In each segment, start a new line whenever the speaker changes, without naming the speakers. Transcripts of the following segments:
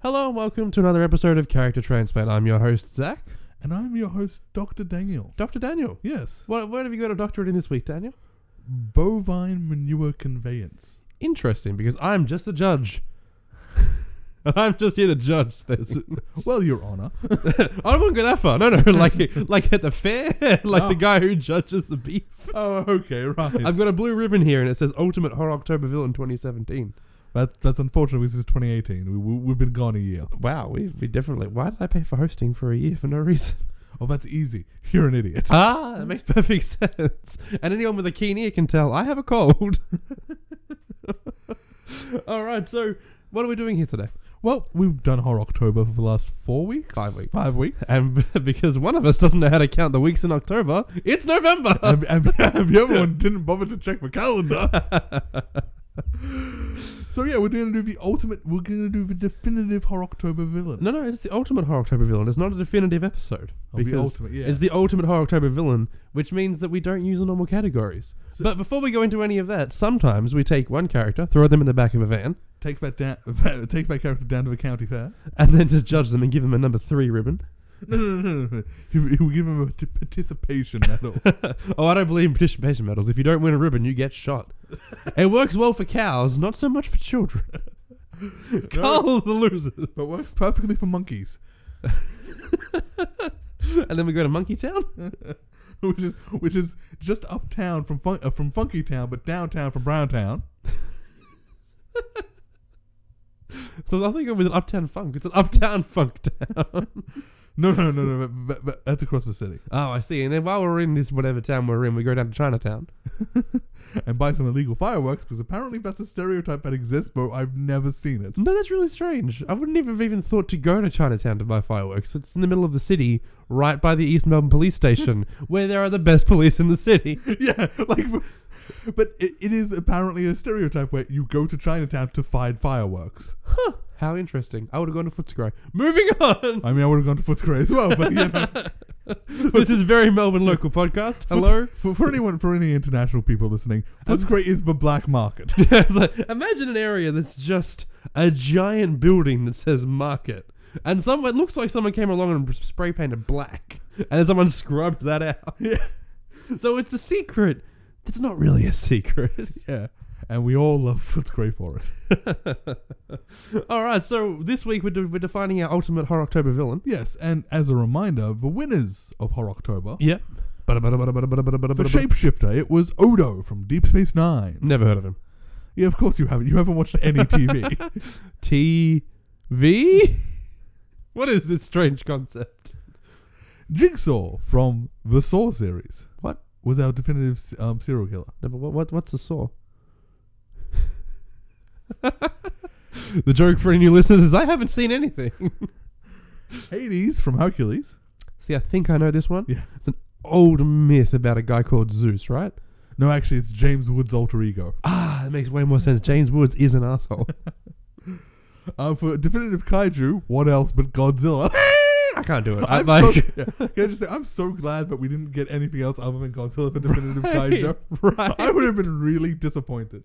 Hello and welcome to another episode of Character Transplant. I'm your host, Zach.
And I'm your host, Dr. Daniel.
Dr. Daniel.
Yes.
What, what have you got a doctorate in this week, Daniel?
Bovine manure conveyance.
Interesting, because I'm just a judge. I'm just here to judge this.
It's- well, Your Honor.
I wouldn't go that far. No, no, like like at the fair, like the
Oh.
guy who judges the beef.
oh, okay, right.
I've got a blue ribbon here, and it says Ultimate Horror October Villain 2017.
that, that's unfortunate. This is 2018. We, we, we've been gone a year.
Wow, we, we definitely. Why did I pay for hosting for a year for no reason?
Oh, that's easy. You're an idiot.
Ah, that makes perfect sense. And anyone with a keen ear can tell I have a cold. All right, so what are we doing here today?
Well, we've done Horror October for the last four weeks.
Five weeks.
Five weeks.
And Um, because one of us doesn't know how to count the weeks in October, it's November.
and, and- and the other one didn't bother to check my calendar. so yeah, we're going to do the ultimate. We're going to do the definitive Horror October villain.
no, no, it's the Ultimate Horror October Villain. It's not a definitive episode
Oh, the
because
ultimate. Yeah.
it's the Ultimate Horror October Villain, which means that we don't use the normal categories.
So-
but before we go into any of that, sometimes we take one character, throw them in the back of a van,
take that down. Take that character down to the county fair.
and then just judge them and give them a number three ribbon.
No, no, no, no, no. You, you give him a t- participation medal.
oh, I don't believe in participation medals. If you don't win a ribbon, you get shot. it works well for cows, not so much for children. Call the losers.
but works perfectly for monkeys,
And then we go to Monkey Town.
which is which is just uptown from fun- uh, from Funky Town, but downtown from Brown Town.
So I think with an uptown funk. It's an uptown funk town.
No, no, no, no. But, but, but that's across the city.
oh, I see. And then while we're in this whatever town we're in, we go down to Chinatown.
And buy some illegal fireworks because apparently that's a stereotype that exists, but I've never seen it.
No, that's really strange. I wouldn't even have even thought to go to Chinatown to buy fireworks. It's in the middle of the city, right by the East Melbourne Police Station, where there are the best police in the city.
yeah, like, but it, it is apparently a stereotype where you go to Chinatown to find fireworks.
How interesting. I would have gone to Footscray. Moving on.
I mean, I would have gone to Footscray as well, but you know.
this is very Melbourne local podcast. Hello.
For, for anyone, for any international people listening, what's great is the black market.
It's like, imagine an area that's just a giant building that says market, and someone it looks like someone came along and spray painted black, and then someone scrubbed that out. So it's a secret. That's not really a secret.
yeah, and we all love Footscray for it.
All right. So this week we're, de- we're defining our ultimate horror October villain.
Yes, and as a reminder, the winners of Horror October
Yep. Bada bada bada bada bada bada bada
for
bada bada.
Shapeshifter, it was Odo from Deep Space Nine.
Never heard of him.
Yeah, of course you haven't. You haven't watched any TV.
TV. What is this strange concept?
Jigsaw from the Saw series.
What?
was our definitive um, serial killer?
No, but what, what what's the saw? the joke for any new listeners is I haven't seen anything.
Hades from Hercules.
See, I think I know this one.
Yeah.
It's an old myth about a guy called Zeus, right?
No, actually, it's James Woods' alter ego.
Ah, it makes way more sense. James Woods is an asshole.
Uh, for definitive kaiju, what else but Godzilla?
I can't do it. I,
I'm
like,
so, yeah. Can I just say, I'm so glad that we didn't get anything else other than Godzilla for Definitive
Right,
Kaiju.
right.
I would have been really disappointed.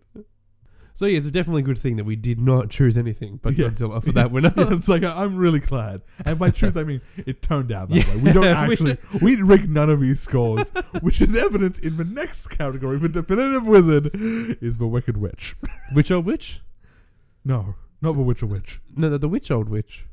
so yeah, it's definitely a good thing that we did not choose anything but
Yeah.
Godzilla for that winner.
Yeah, it's like, I- I'm really glad. And by choose, I mean, it turned out that
Yeah,
way. We don't
we-
actually, we, rigged none of these scores, which is evidence in the next category for Definitive Wizard is The Wicked Witch.
Which old witch?
No, not The Witcher Witch.
No, the, the witch old witch.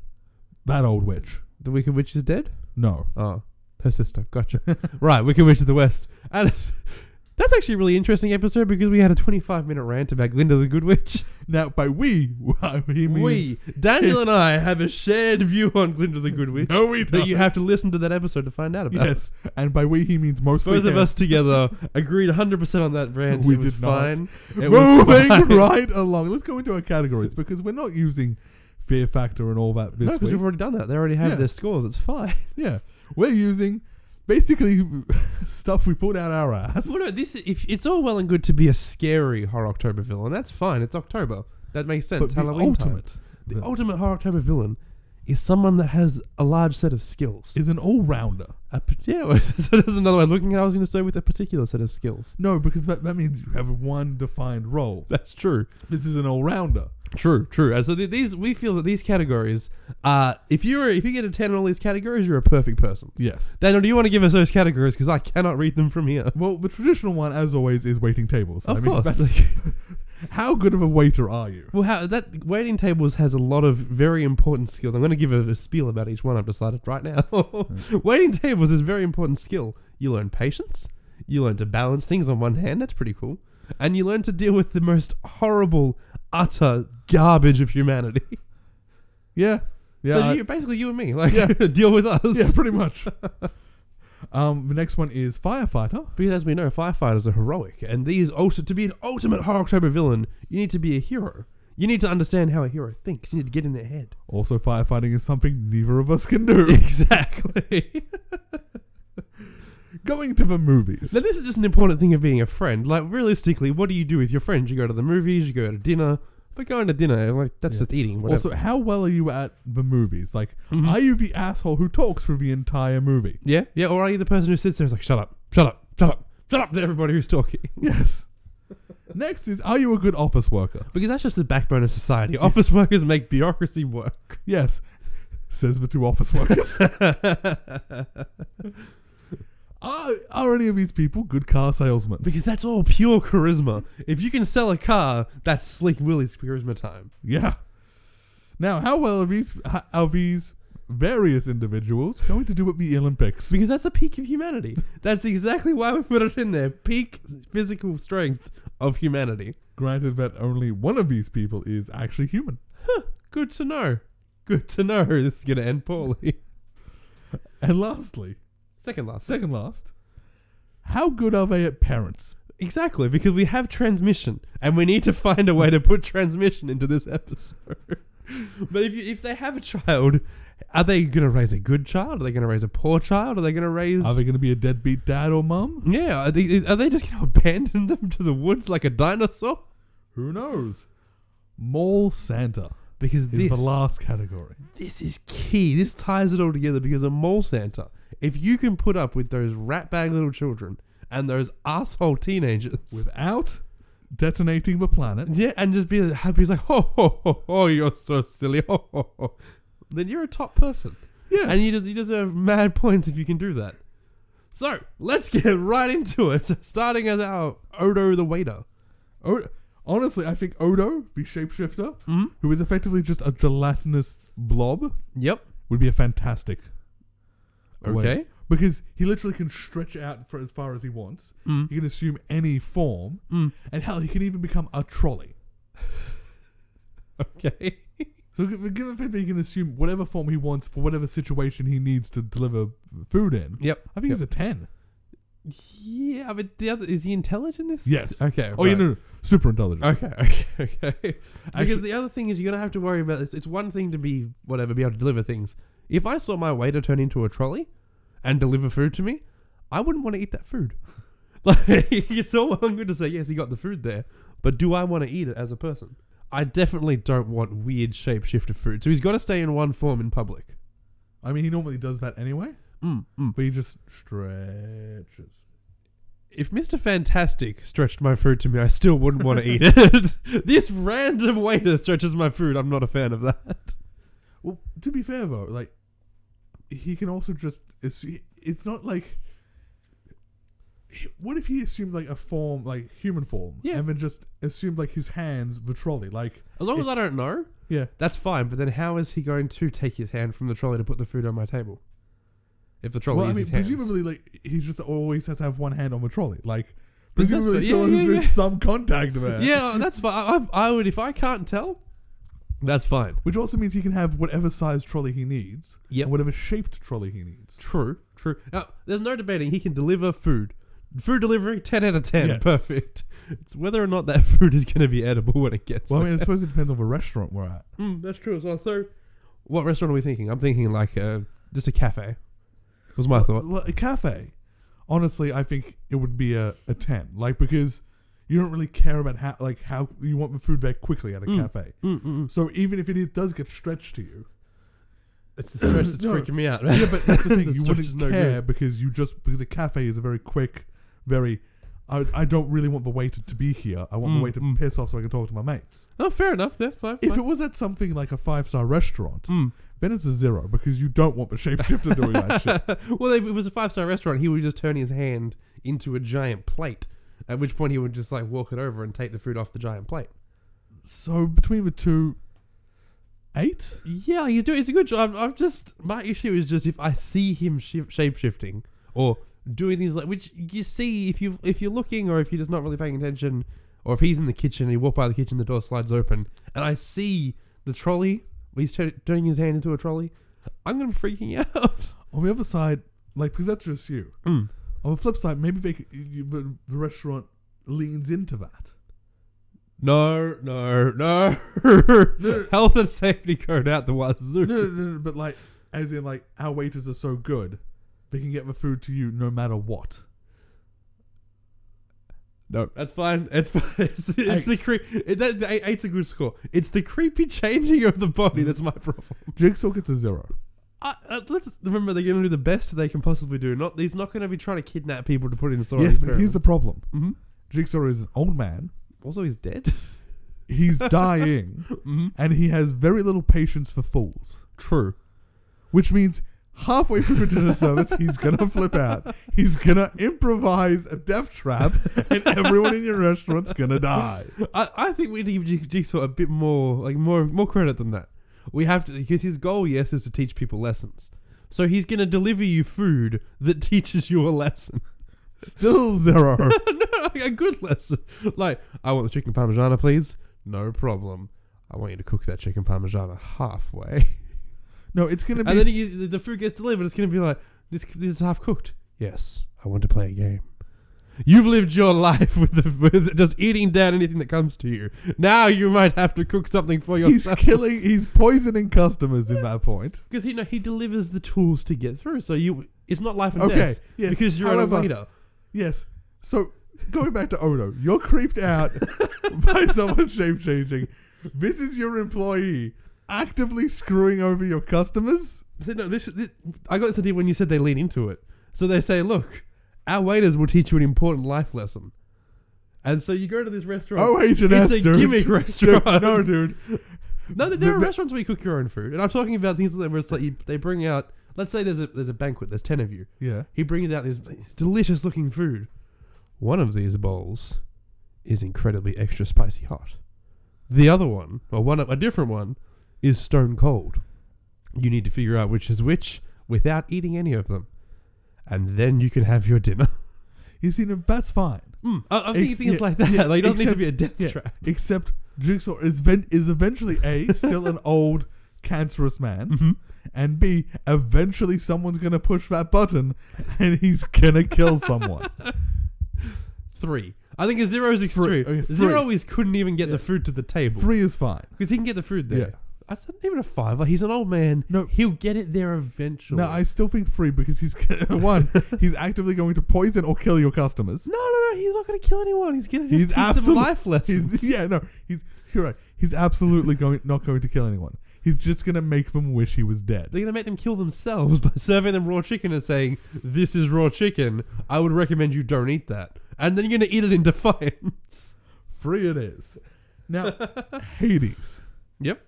That old witch.
The wicked witch is dead.
No.
Oh, her sister. Gotcha. right, Wicked Witch of the West. And that's actually a really interesting episode because we had a 25 minute rant about Glinda the Good Witch.
Now, by we, he means...
We, Daniel and I, have a shared view on Glinda the Good Witch
No, we
that
don't.
you have to listen to that episode to find out about.
Yes, and by we, he means mostly
Both of
him.
us together agreed 100% on that rant.
We
it was
did not.
fine. It was
Moving
fine.
right along. Let's go into our categories because we're not using Fear Factor and all that this
No, because
week.
we've already done that. They already have
Yeah.
their scores. It's fine.
yeah, we're using basically stuff we pulled out our ass.
Well, no, this if it's all well and good to be a scary horror October villain. That's fine. It's October. That makes sense.
But the
Halloween time.
ultimate.
The
villain.
ultimate horror October villain is someone that has a large set of skills.
Is an all rounder.
A, pa- yeah, so that's another way of looking at it. I was going to say with a particular set of skills.
No, because that, that means you have one defined role.
That's true.
This is an all rounder.
True, true. And so th- these we feel that these categories are if you're if you get a ten on all these categories, you're a perfect person.
Yes.
Daniel, do you want to give us those categories? Because I cannot read them from here.
Well, the traditional one, as always, is waiting tables.
Of
I mean,
course.
that's- how good of a waiter are you?
Well, how, that waiting tables has a lot of very important skills. I'm going to give a, a spiel about each one. I've decided right now. waiting tables is a very important skill. You learn patience. You learn to balance things on one hand. That's pretty cool. And you learn to deal with the most horrible, utter garbage of humanity.
Yeah. Yeah.
so
I-
you, basically, you and me, like,
Yeah.
deal with us.
yeah, pretty much. um, the next one is firefighter.
Because as we know, firefighters are heroic, and these also to be an ultimate horror October villain, you need to be a hero. You need to understand how a hero thinks. You need to get in their head.
Also, firefighting is something neither of us can do.
Exactly.
Going to the movies.
now this is just an important thing of being a friend. Like realistically, what do you do with your friends? You go to the movies, you go to dinner. But going to dinner, like that's
Yeah.
just eating. Whatever.
Also, how well are you at the movies? Like,
Mhm.
are you the asshole who talks through the entire movie?
yeah, yeah. Or are you the person who sits there and is like, shut up, shut up, shut up, shut up to everybody who's talking?
Yes. Next is, are you a good office worker?
Because that's just the backbone of society. Office workers make bureaucracy work.
Yes, says the two office workers. are, are any of these people good car salesmen?
Because that's all pure charisma. If you can sell a car, that's Slick Willie's charisma time.
Yeah. Now, how well are these, h- are these various individuals going to do at the Olympics?
Because that's a peak of humanity. That's exactly why we put it in there. Peak physical strength of humanity.
Granted that only one of these people is actually human.
Good to know. Good to know. This is going to end poorly.
And lastly,
Second last.
second last, how good are they at parents?
Exactly, because we have transmission, and we need to find a way to put transmission into this episode. but if you, if they have a child, are they going to raise a good child? Are they going to raise a poor child? Are they going to raise?
Are they going to be a deadbeat dad or mum?
Yeah, are they, are they just going to abandon them to the woods like a dinosaur?
Who knows? Mall Santa
Because
is
this,
the last category.
this is key. This ties it all together because a mall Santa, if you can put up with those ratbag little children and those asshole teenagers,
Without detonating the planet,
yeah, and just be happy, it's like, ho, ho, ho, ho, you're so silly, ho, ho, ho, then you're a top person.
yeah,
And you, des- you deserve mad points if you can do that. So, let's get right into it. Starting as our Odo the waiter.
O- honestly, I think Odo, the shapeshifter,
Mm-hmm.
who is effectively just a gelatinous blob,
Yep.
would be a fantastic.
Okay.
way. Because he literally can stretch out for as far as he wants.
Mm.
He can assume any form,
Mm.
and hell, he can even become a trolley.
Okay.
So, g- given the fact that he can assume whatever form he wants for whatever situation he needs to deliver food in,
yep.
I think he's a ten.
Yeah, but the other is he intelligent? This
Yes.
Okay.
Oh, you
right.
know, super intelligent.
Okay. Okay. Okay. because
Actually-
the other thing is you're gonna have to worry about this. It's one thing to be whatever, be able to deliver things. If I saw my waiter turn into a trolley and deliver food to me, I wouldn't want to eat that food. Like it's all well and good to say yes, he got the food there, but do I want to eat it as a person? I definitely don't want weird shapeshifter food. So he's got to stay in one form in public.
I mean, he normally does that anyway,
Mm, mm.
but he just stretches.
if Mr. Fantastic stretched my food to me, I still wouldn't want to eat it. this random waiter stretches my food. I'm not a fan of that.
Well, to be fair though, like he can also just assume, it's not like he- what if he assumed like a form like human form
Yeah.
and then just assumed like his hands the trolley like
As long as I don't know,
yeah
that's fine. But then how is he going to take his hand from the trolley to put the food on my table? If the trolley
well I
is
mean
his hands.
presumably like he just always has to have one hand on the trolley like
But that's
presumably
fair.
so
Yeah, yeah,
there's
yeah.
some contact there
yeah, oh, that's fine. I, I would if I can't tell, that's fine.
which also means he can have whatever size trolley he needs
Yep.
and whatever shaped trolley he needs
True, true. Now, there's no debating. He can deliver food. Food delivery, ten out of ten,
Yes.
perfect. It's whether or not that food is going to be edible when it gets.
well I mean I suppose it depends on the restaurant we're at
Mm, that's true as well. So, what restaurant are we thinking? I'm thinking like uh, just a cafe. Was my
Well,
thought.
well, a cafe. Honestly, I think it would be a, a ten. Like because you don't really care about how like how you want the food there quickly at a
Mm.
cafe.
Mm-mm.
So even if it is- does get stretched to you,
It's the stress that's
No.
freaking me out.
yeah, but that's the thing.
The
you
stretch
wouldn't
is no
care because you just because a cafe is a very quick, very. I, I don't really want the waiter to be here. I want the
Mm,
waiter
mm.
to piss off so I can talk to my mates.
Oh, fair enough. Yeah, fine.
If
fine.
it was at something like a five star restaurant,
Mm.
then it's a zero because you don't want the shapeshifter doing that shit.
well, if it was a five star restaurant, he would just turn his hand into a giant plate. At which point he would just like walk it over and take the food off the giant plate.
So between the two, eight.
Yeah, he's doing. It's a good job. I'm, I'm just my issue is just if I see him shif- shape shifting or doing things like which you see if you if you're looking or if you're just not really paying attention or if he's in the kitchen and you walk by the kitchen, the door slides open and I see the trolley. He's tu- turning his hand into a trolley. I'm gonna be freaking out.
On the other side, like because that's just you.
Mm.
On the flip side, maybe they, c- you, the, the restaurant leans into that.
No, no, no.
no.
Health and safety code out the wazoo.
No, no, no, no, but like, as in, like, our waiters are so good, they can get the food to you no matter what.
No, that's fine. It's fine. It's, it's the creep. It, that, the eight- eight's a good score. It's the creepy changing of the body that's my problem.
Jigsaw gets a zero.
I, uh, let's remember they're going to do the best they can possibly do. Not he's not going to be trying to kidnap people to put in sort
yes,
of
but here's the problem.
Mhm.
Jigsaw is an old man.
also he's dead.
He's dying,
mm-hmm.
and he has very little patience for fools.
True.
Which means halfway through dinner service, he's gonna flip out. He's gonna improvise a death trap, and everyone in your restaurant's gonna die.
I, I think we need to give Jigsaw a bit more like more more credit than that. We have to because his goal, yes, is to teach people lessons. So he's going to deliver you food that teaches you a lesson,
Still zero.
a good lesson. Like I want the chicken parmigiana, please. No problem. I want you to cook that chicken parmigiana halfway,
No, it's gonna
and
be.
then he, the- the food gets delivered. It's going to be like this. This is half cooked. Yes, I want to play a game. You've lived your life with, the, with just eating down anything that comes to you. Now you might have to cook something for
He's
yourself.
killing. He's poisoning customers in that point.
Because he no, he delivers the tools to get through. So you, it's not life and
Okay.
death.
Yes.
Because you're
However,
a waiter.
Yes. So going back to Odo, you're creeped out by someone shape changing. This is your employee actively screwing over your customers.
No, this, this, I got this idea when you said they lean into it. So they say, look, our waiters will teach you an important life lesson. And so you go to this restaurant.
Oh, Agent
it's
S,
a
dude.
gimmick restaurant.
No, dude.
No, there- there are
The-
restaurants where you cook your own food, and I'm talking about things like where it's like you, they bring out. Let's say there's a there's a banquet. There's ten of you.
Yeah.
He brings out this delicious looking food. One of these bowls is incredibly extra spicy hot. The other one, or one a different one, is stone cold. You need to figure out which is which without eating any of them, and then you can have your dinner.
You see, no, that's fine.
Mm, I, I'm thinking
Ex-
things
yeah,
like that.
yeah,
like, it doesn't need to
except-
be a death
yeah.
trap.
Except Jigsaw is ven- is eventually a still an old cancerous man, and b eventually someone's gonna push that button, and he's gonna kill someone.
Three. I think a zero is
Three.
extreme.
Okay, three.
Zero is couldn't even get
Yeah.
the food to the table.
Three is fine.
Because he can get the food there.
Yeah.
That's not even a five. Like, he's an old man.
No.
He'll get it there eventually.
No, I still think free because he's one. He's actively going to poison or kill your customers.
No, no, no. He's not going to kill anyone. He's going to
He's
just teach some
absolute-
life lessons.
He's, yeah, no, he's you're right. He's absolutely going not going to kill anyone. He's just going to make them wish he was dead.
They're going to make them kill themselves by serving them raw chicken and saying, This is raw chicken. I would recommend you don't eat that. And then you're going to eat it in defiance.
Free it is. Now, Hades.
Yep.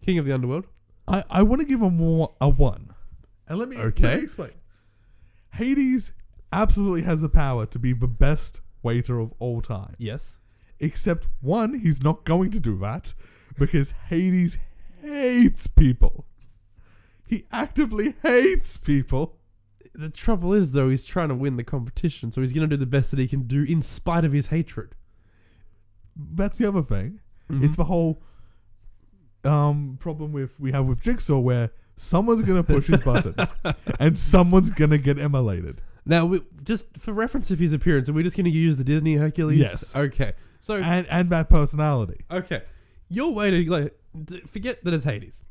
King of the Underworld.
I, I want to give him wa- a one, and let me let
Okay.
me explain. Hades absolutely has the power to be the best waiter of all time.
Yes.
Except one, he's not going to do that because Hades hates people. He actively hates people.
The trouble is, though, he's trying to win the competition, so he's going to do the best that he can do in spite of his hatred.
That's the other thing.
Mm-hmm.
It's the whole um, problem with we have with Jigsaw where someone's gonna push his button and someone's gonna get immolated.
Now, we, just for reference of his appearance, are we just going to use the Disney Hercules?
Yes.
Okay. So,
And and that personality.
okay. Your way to, like, d- forget that it's Hades.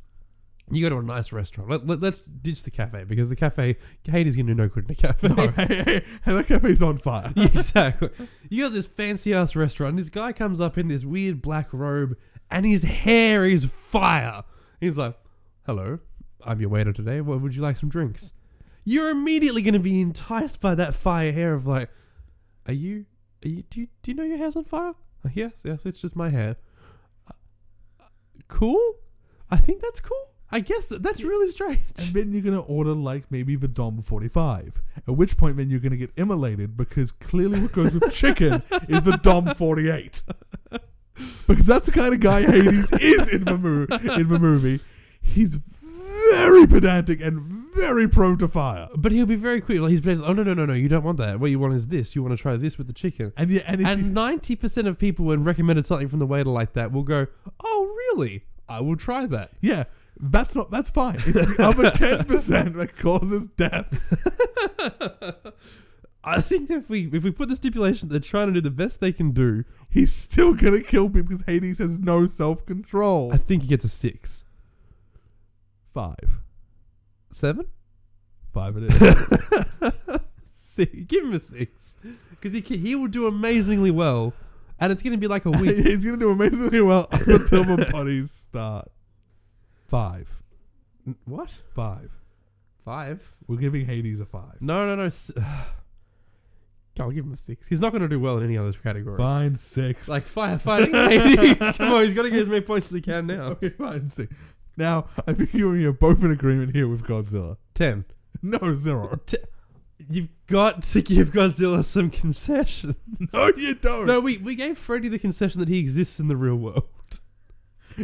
You go to a nice restaurant. Let, let, let's ditch the cafe because the cafe, Hades going to do no good in a cafe.
No, hey, that cafe's on fire.
exactly. You got this fancy ass restaurant. and This guy comes up in this weird black robe, and his hair is fire. He's like, "Hello, I'm your waiter today. What would you like some drinks? You're immediately going to be enticed by that fire hair of like, are you, are you, do you, do you know your hair's on fire? Like, yes, yes, it's just my hair. Uh, cool. I think that's cool. I guess that, that's really
And
strange.
then you're gonna order like maybe the Dom 45. At which point, then you're gonna get immolated because clearly what goes with chicken is the Dom 48. Because that's the kind of guy Hades is in the, mo- in the movie. He's very pedantic and very prone to fire.
But he'll be very quick. Like he's been, oh no no no no, you don't want that. What you want is this. You want to try this with the chicken.
And yeah, and if you-
And ninety percent of people, when recommended something from the waiter like that, will go, "Oh really? I will try that."
yeah, that's not that's fine. It's the other 10% that causes deaths.
I think if we if we put the stipulation that they're trying to do the best they can do,
He's still gonna kill people because Hades has no self control.
I think he gets a six,
Five,
seven,
five it is.
six. Give him a six because he can, he will do amazingly well, and it's going to be like a week.
He's gonna do amazingly well up until the buddies start. Five.
what
Five.
five?
We're giving Hades a five.
No no no. s- I'll give him a six. He's not going to do well in any other category.
Fine six.
Like firefighting. Hades. Come on, he's got to get as many points as he can now.
okay, fine six. Now I think you and me are both in agreement here with Godzilla.
Ten.
No zero.
T- You've got to give Godzilla some concession.
No, you don't.
No, we, we gave Freddy the concession that he exists in the real world.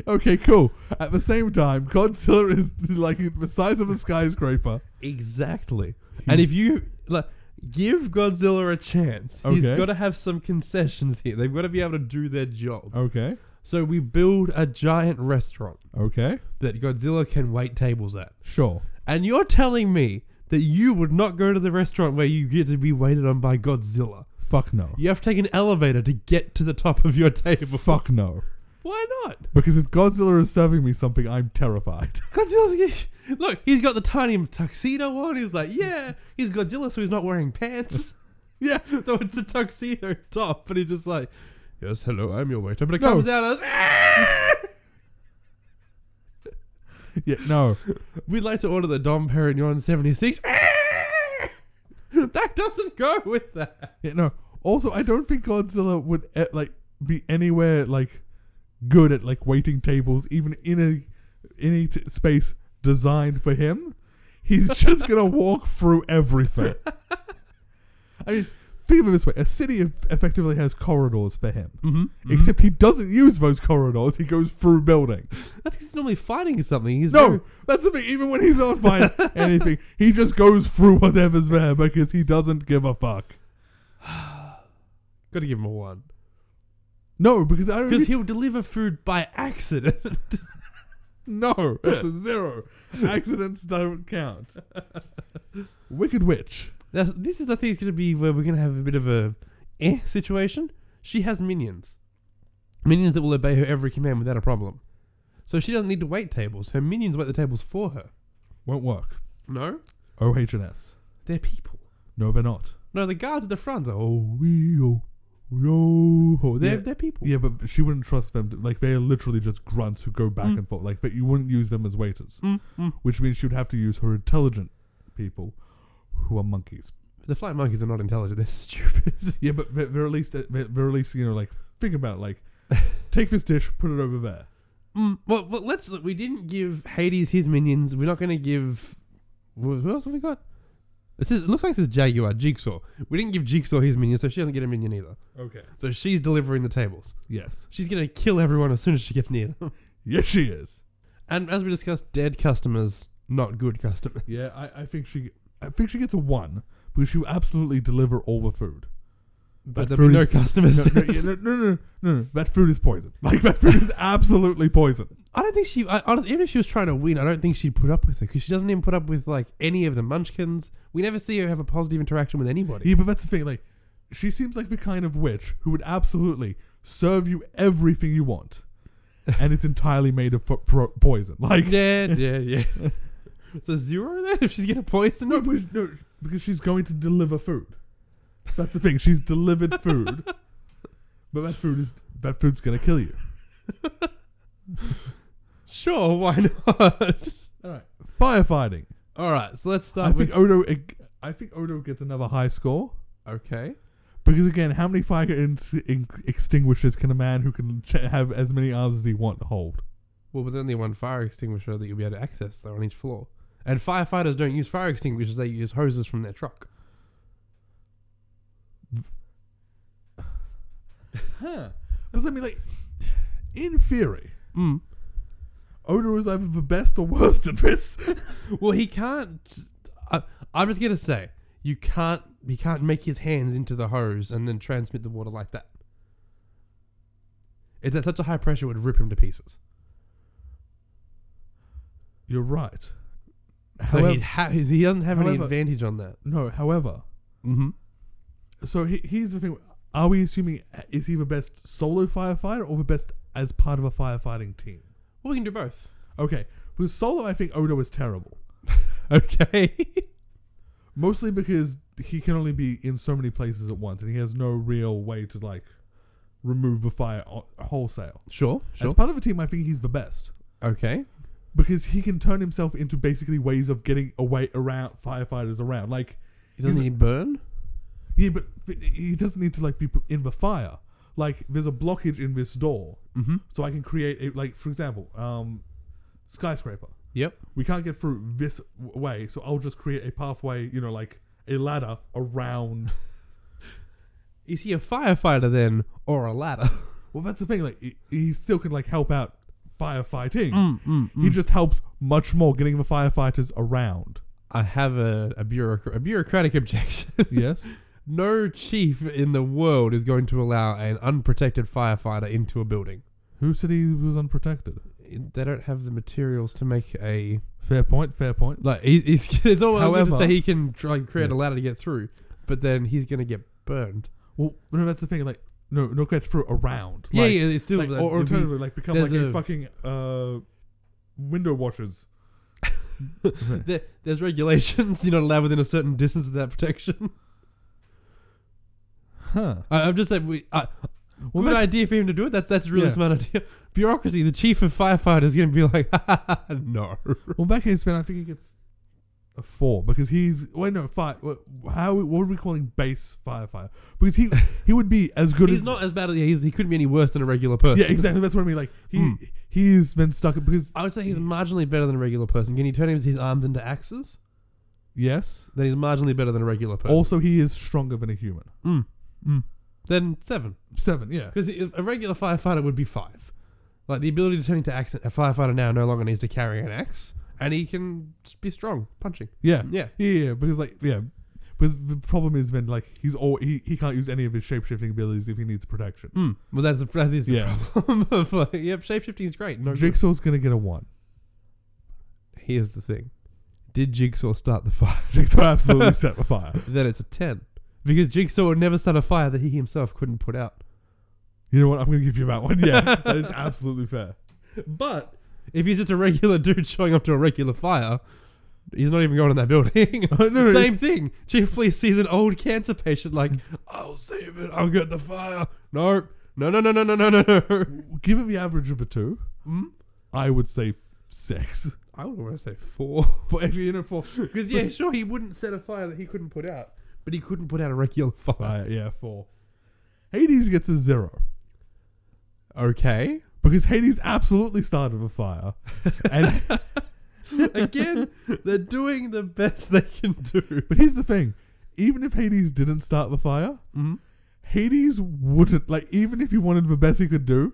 Okay, cool. At the same time, Godzilla is like the size of a skyscraper.
Exactly. and if you like, give Godzilla a chance, he's
Okay.
got to have some concessions here. They've got to be able to do their job.
Okay.
So we build a giant restaurant
Okay.
that Godzilla can wait tables at.
Sure.
And you're telling me that you would not go to the restaurant where you get to be waited on by Godzilla.
Fuck no.
You have to take an elevator to get to the top of your table.
Fuck no.
Why not?
Because if Godzilla is serving me something, I'm terrified.
Godzilla's look. He's got the tiny tuxedo on. He's like, yeah, he's Godzilla, so he's not wearing pants.
yeah.
so it's a tuxedo top, but he's just like, yes, hello, I'm your waiter. But it
No.
comes out as, "Ah!"
Yeah. No.
we'd like to order the Dom Perignon seventy six. that doesn't go with that.
Yeah, no. Also, I don't think Godzilla would eh, like be anywhere like good at like waiting tables, even in a in a t- space designed for him. He's just gonna walk through everything. I mean, think of it this way: a city eff- effectively has corridors for him,
Mm-hmm.
except he doesn't use those corridors. He goes through buildings.
That's 'cause he's normally fighting something. He's
mm-hmm.
very-
No, that's the thing. Even when he's not fighting anything, he just goes through whatever's there because he doesn't give a fuck.
got to give him a one
No, because I don't. think-
because he'll deliver food by accident.
No, it's a zero. Accidents don't count. Wicked Witch.
That's, this is, I think, is going to be where we're going to have a bit of a eh situation. She has minions, minions that will obey her every command without a problem. So she doesn't need to wait tables. Her minions wait the tables for her.
Won't work.
No,
OHS.
they're people.
No, they're not.
No, the guards at the front are oh we oh we, oh oh." they're
Yeah.
they're people.
Yeah, but she wouldn't trust them. To, like, they're literally just grunts who go back
Mm.
and forth. Like, but you wouldn't use them as waiters,
Mm, mm.
which means she would have to use her intelligent people who are monkeys.
The flying monkeys are not intelligent. They're stupid.
Yeah, but they're, they're at least, they're, they're at least, you know, like, think about it. Like, take this dish, put it over there.
mm, well, well, let's. Look, we didn't give Hades his minions. We're not going to give. What, what else have we got? It says it looks like this is Jaguar Jigsaw. We didn't give Jigsaw his minion, so she doesn't get a minion either.
Okay.
So she's delivering the tables.
Yes.
She's going to kill everyone as soon as she gets near them.
Yes, she is.
And as we discussed, dead customers, not good customers.
Yeah, I, I think she I think she gets a one because she will absolutely deliver all the food.
But
That
there'll be
food
no
is-
customers.
no, no, yeah, no, no, no, no, no, that food is poison. Like that food is absolutely poison.
I don't think she, I, honestly, even if she was trying to win, I don't think she'd put up with it because she doesn't even put up with like any of the munchkins. We never see her have a positive interaction with anybody.
Yeah, but that's the thing. Like, she seems like the kind of witch who would absolutely serve you everything you want, and it's entirely made of fo- pro- poison. Like,
Yeah, yeah, yeah. so zero then if she's going to poison
no,
them?
because, no, because she's going to deliver food. That's the thing. She's delivered food, but that food is that food's gonna kill you.
Sure, why not?
All right, firefighting.
All right, so let's start
I
with.
think Odo. e, I think Odo gets another high score
okay.
because again, how many fire in- in- extinguishers can a man who can ch- have as many arms as he want hold?
Well, but there's only one fire extinguisher that you'll be able to access though on each floor. And firefighters don't use fire extinguishers; they use hoses from their truck.
Huh? Because I mean, like, in theory,
Mm.
Odo is either the best or worst at this.
Well, he can't. I, I'm just gonna say you can't. He can't make his hands into the hose and then transmit the water like that. It's at such a high pressure, it would rip him to pieces.
You're right.
So
however,
he'd ha- he's- he doesn't have any
however-
advantage on that.
no. However,
Mm-hmm.
so he- here's the thing: Are we assuming uh, is he the best solo firefighter or the best as part of a firefighting team?
Well, we can do both.
Okay, with solo, I think Odo is terrible.
Okay.
Mostly because he can only be in so many places at once, and he has no real way to like remove the fire o- wholesale.
sure.
As
Sure.
part of a team, I think he's the best
Okay.
because he can turn himself into basically ways of getting away around firefighters around. Like,
He doesn't
he's-
he burn?
yeah, but he doesn't need to like be put in the fire. Like, there's a blockage in this door,
Mm-hmm.
so I can create a like, for example, um, skyscraper.
Yep.
we can't get through this w- way, so I'll just create a pathway, you know, like a ladder around.
Is he a firefighter then, or a ladder?
Well, that's the thing. Like, he, he still can like help out firefighting.
Mm, mm,
He
mm.
just helps much more getting the firefighters around.
I have a a, bureauc- a bureaucratic objection.
yes.
No chief in the world is going to allow an unprotected firefighter into a building.
Who said he was unprotected?
They don't have the materials to make a
Fair point. Fair point.
like. He, he's it's all I was
However-
going to say he can try and create
Yeah.
a ladder to get through, but then he's going to get burned.
Well, no, that's the thing. Like, no, no, get through around.
yeah,
Like,
yeah, it's still
like,
that-
or
it'd be-
alternatively, like become like
there's
a,
a-
fucking uh, window washers.
there, there's regulations. You're not allowed within a certain distance of that protection.
Huh.
I, I'm just saying, we, I,
Well,
good
that-
idea for him to do it. That's that's a really
Yeah.
smart idea. Bureaucracy. The chief of firefighters is going to be like, no.
Well, in that case, then I think he gets a four because he's wait no five. wha- How what are we calling base firefighter? Because he he would be as good
He's
as
not as bad. as- Yeah, he's, he couldn't be any worse than a regular person.
yeah exactly. That's what I mean. Like he
Hmm.
he's been stuck because
I would say he's marginally better than a regular person. Can you turn his, his arms into axes?
yes.
Then he's marginally better than a regular person.
Also, he is stronger than a human.
Mm. Mm. Then seven.
Seven, yeah.
Because a regular firefighter would be five. Like the ability to turn into axe, a firefighter now no longer needs to carry an axe, and he can s- be strong, punching.
yeah,
Yeah.
yeah, yeah. Because like yeah, because the problem is then like he's all he, he can't use any of his shape shifting abilities if he needs protection.
Mm. Well, that's the, that is the
Yeah.
problem. of, like, yep, shapeshifting is great. No, good.
Jigsaw's gonna get a one.
here's the thing: did Jigsaw start the fire?
Jigsaw absolutely set the fire.
then it's a ten because Jigsaw would never start a fire that he himself couldn't put out.
You know what? I'm gonna give you that one. Yeah, that is absolutely fair.
But if he's just a regular dude showing up to a regular fire, he's not even going in that building.
Oh, No, no, no,
Same thing. Chief of police sees an old cancer patient, like, I'll save it. I'll get the fire. Nope. No, no, no, no, no, no, no.
Given the average of the two,
Hmm?
I would say six.
I would want to say four.
For every you know, for
Because, yeah, sure, he wouldn't set a fire that he couldn't put out, but he couldn't put out a regular fire.
uh, yeah, four. Hades gets a zero
Okay.
because Hades absolutely started a fire, and
Again, they're doing the best they can do.
but here's the thing: even if Hades didn't start the fire,
Mhm.
Hades wouldn't like. Even if he wanted the best he could do,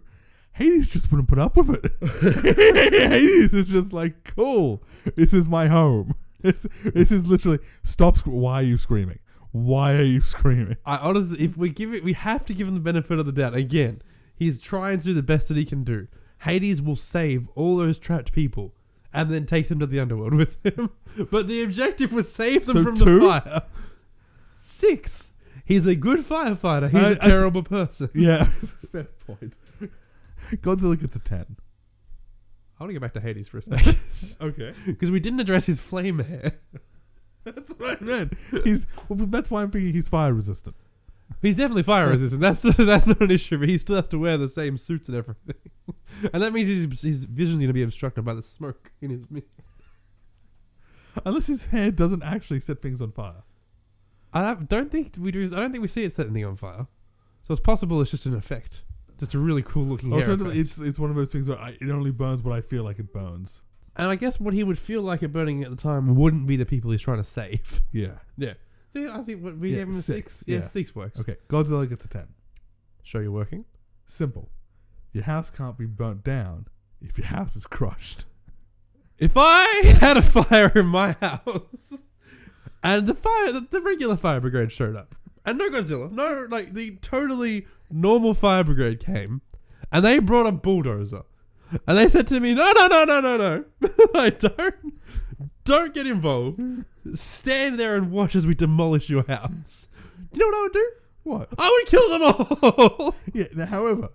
Hades just wouldn't put up with it. Hades is just like, cool. This is my home. This, this is literally stop. Sc- why are you screaming? Why are you screaming?
I honestly, if we give it, we have to give him the benefit of the doubt. Again, he's trying to do the best that he can do. Hades will save all those trapped people and then take them to the underworld with him. But the objective was save them
So
from
two?
the fire. Six. He's a good firefighter. He's
I-
a
I s-
terrible person.
Yeah, fair point. Godzilla gets a ten.
I want to go back to Hades for a second
Okay,
because we didn't address his flame hair.
that's what I meant. He's well, but that's why I'm thinking he's fire resistant.
He's definitely fire resistant. That's that's not an issue. But he still has to wear the same suits and everything, and that means his his vision's going to be obstructed by the smoke in his. mi-
Unless his hair doesn't actually set things on fire.
I don't- don't think we do. I don't think we see it set anything on fire. So it's possible it's just an effect, just a really cool looking hair effect.
Alternatively, it's it's one of those things where I, it only burns what I feel like it burns.
and I guess what he would feel like it burning at the time wouldn't be the people he's trying to save.
Yeah.
Yeah. See, I think what we
Yeah,
gave him a
six,
six. Yeah,
yeah.
six works.
Okay. Godzilla gets a ten.
Show you're working.
Simple. Your house can't be burnt down if your house is crushed.
If I had a fire in my house, and the fire, the, the regular fire brigade showed up, and no Godzilla, no like the totally normal fire brigade came, and they brought a bulldozer, and they said to me, "No, no, no, no, no, no! I don't, don't get involved. Stand there and watch as we demolish your house." You know what I would do?
What?
I would kill them all.
Yeah. Now, however,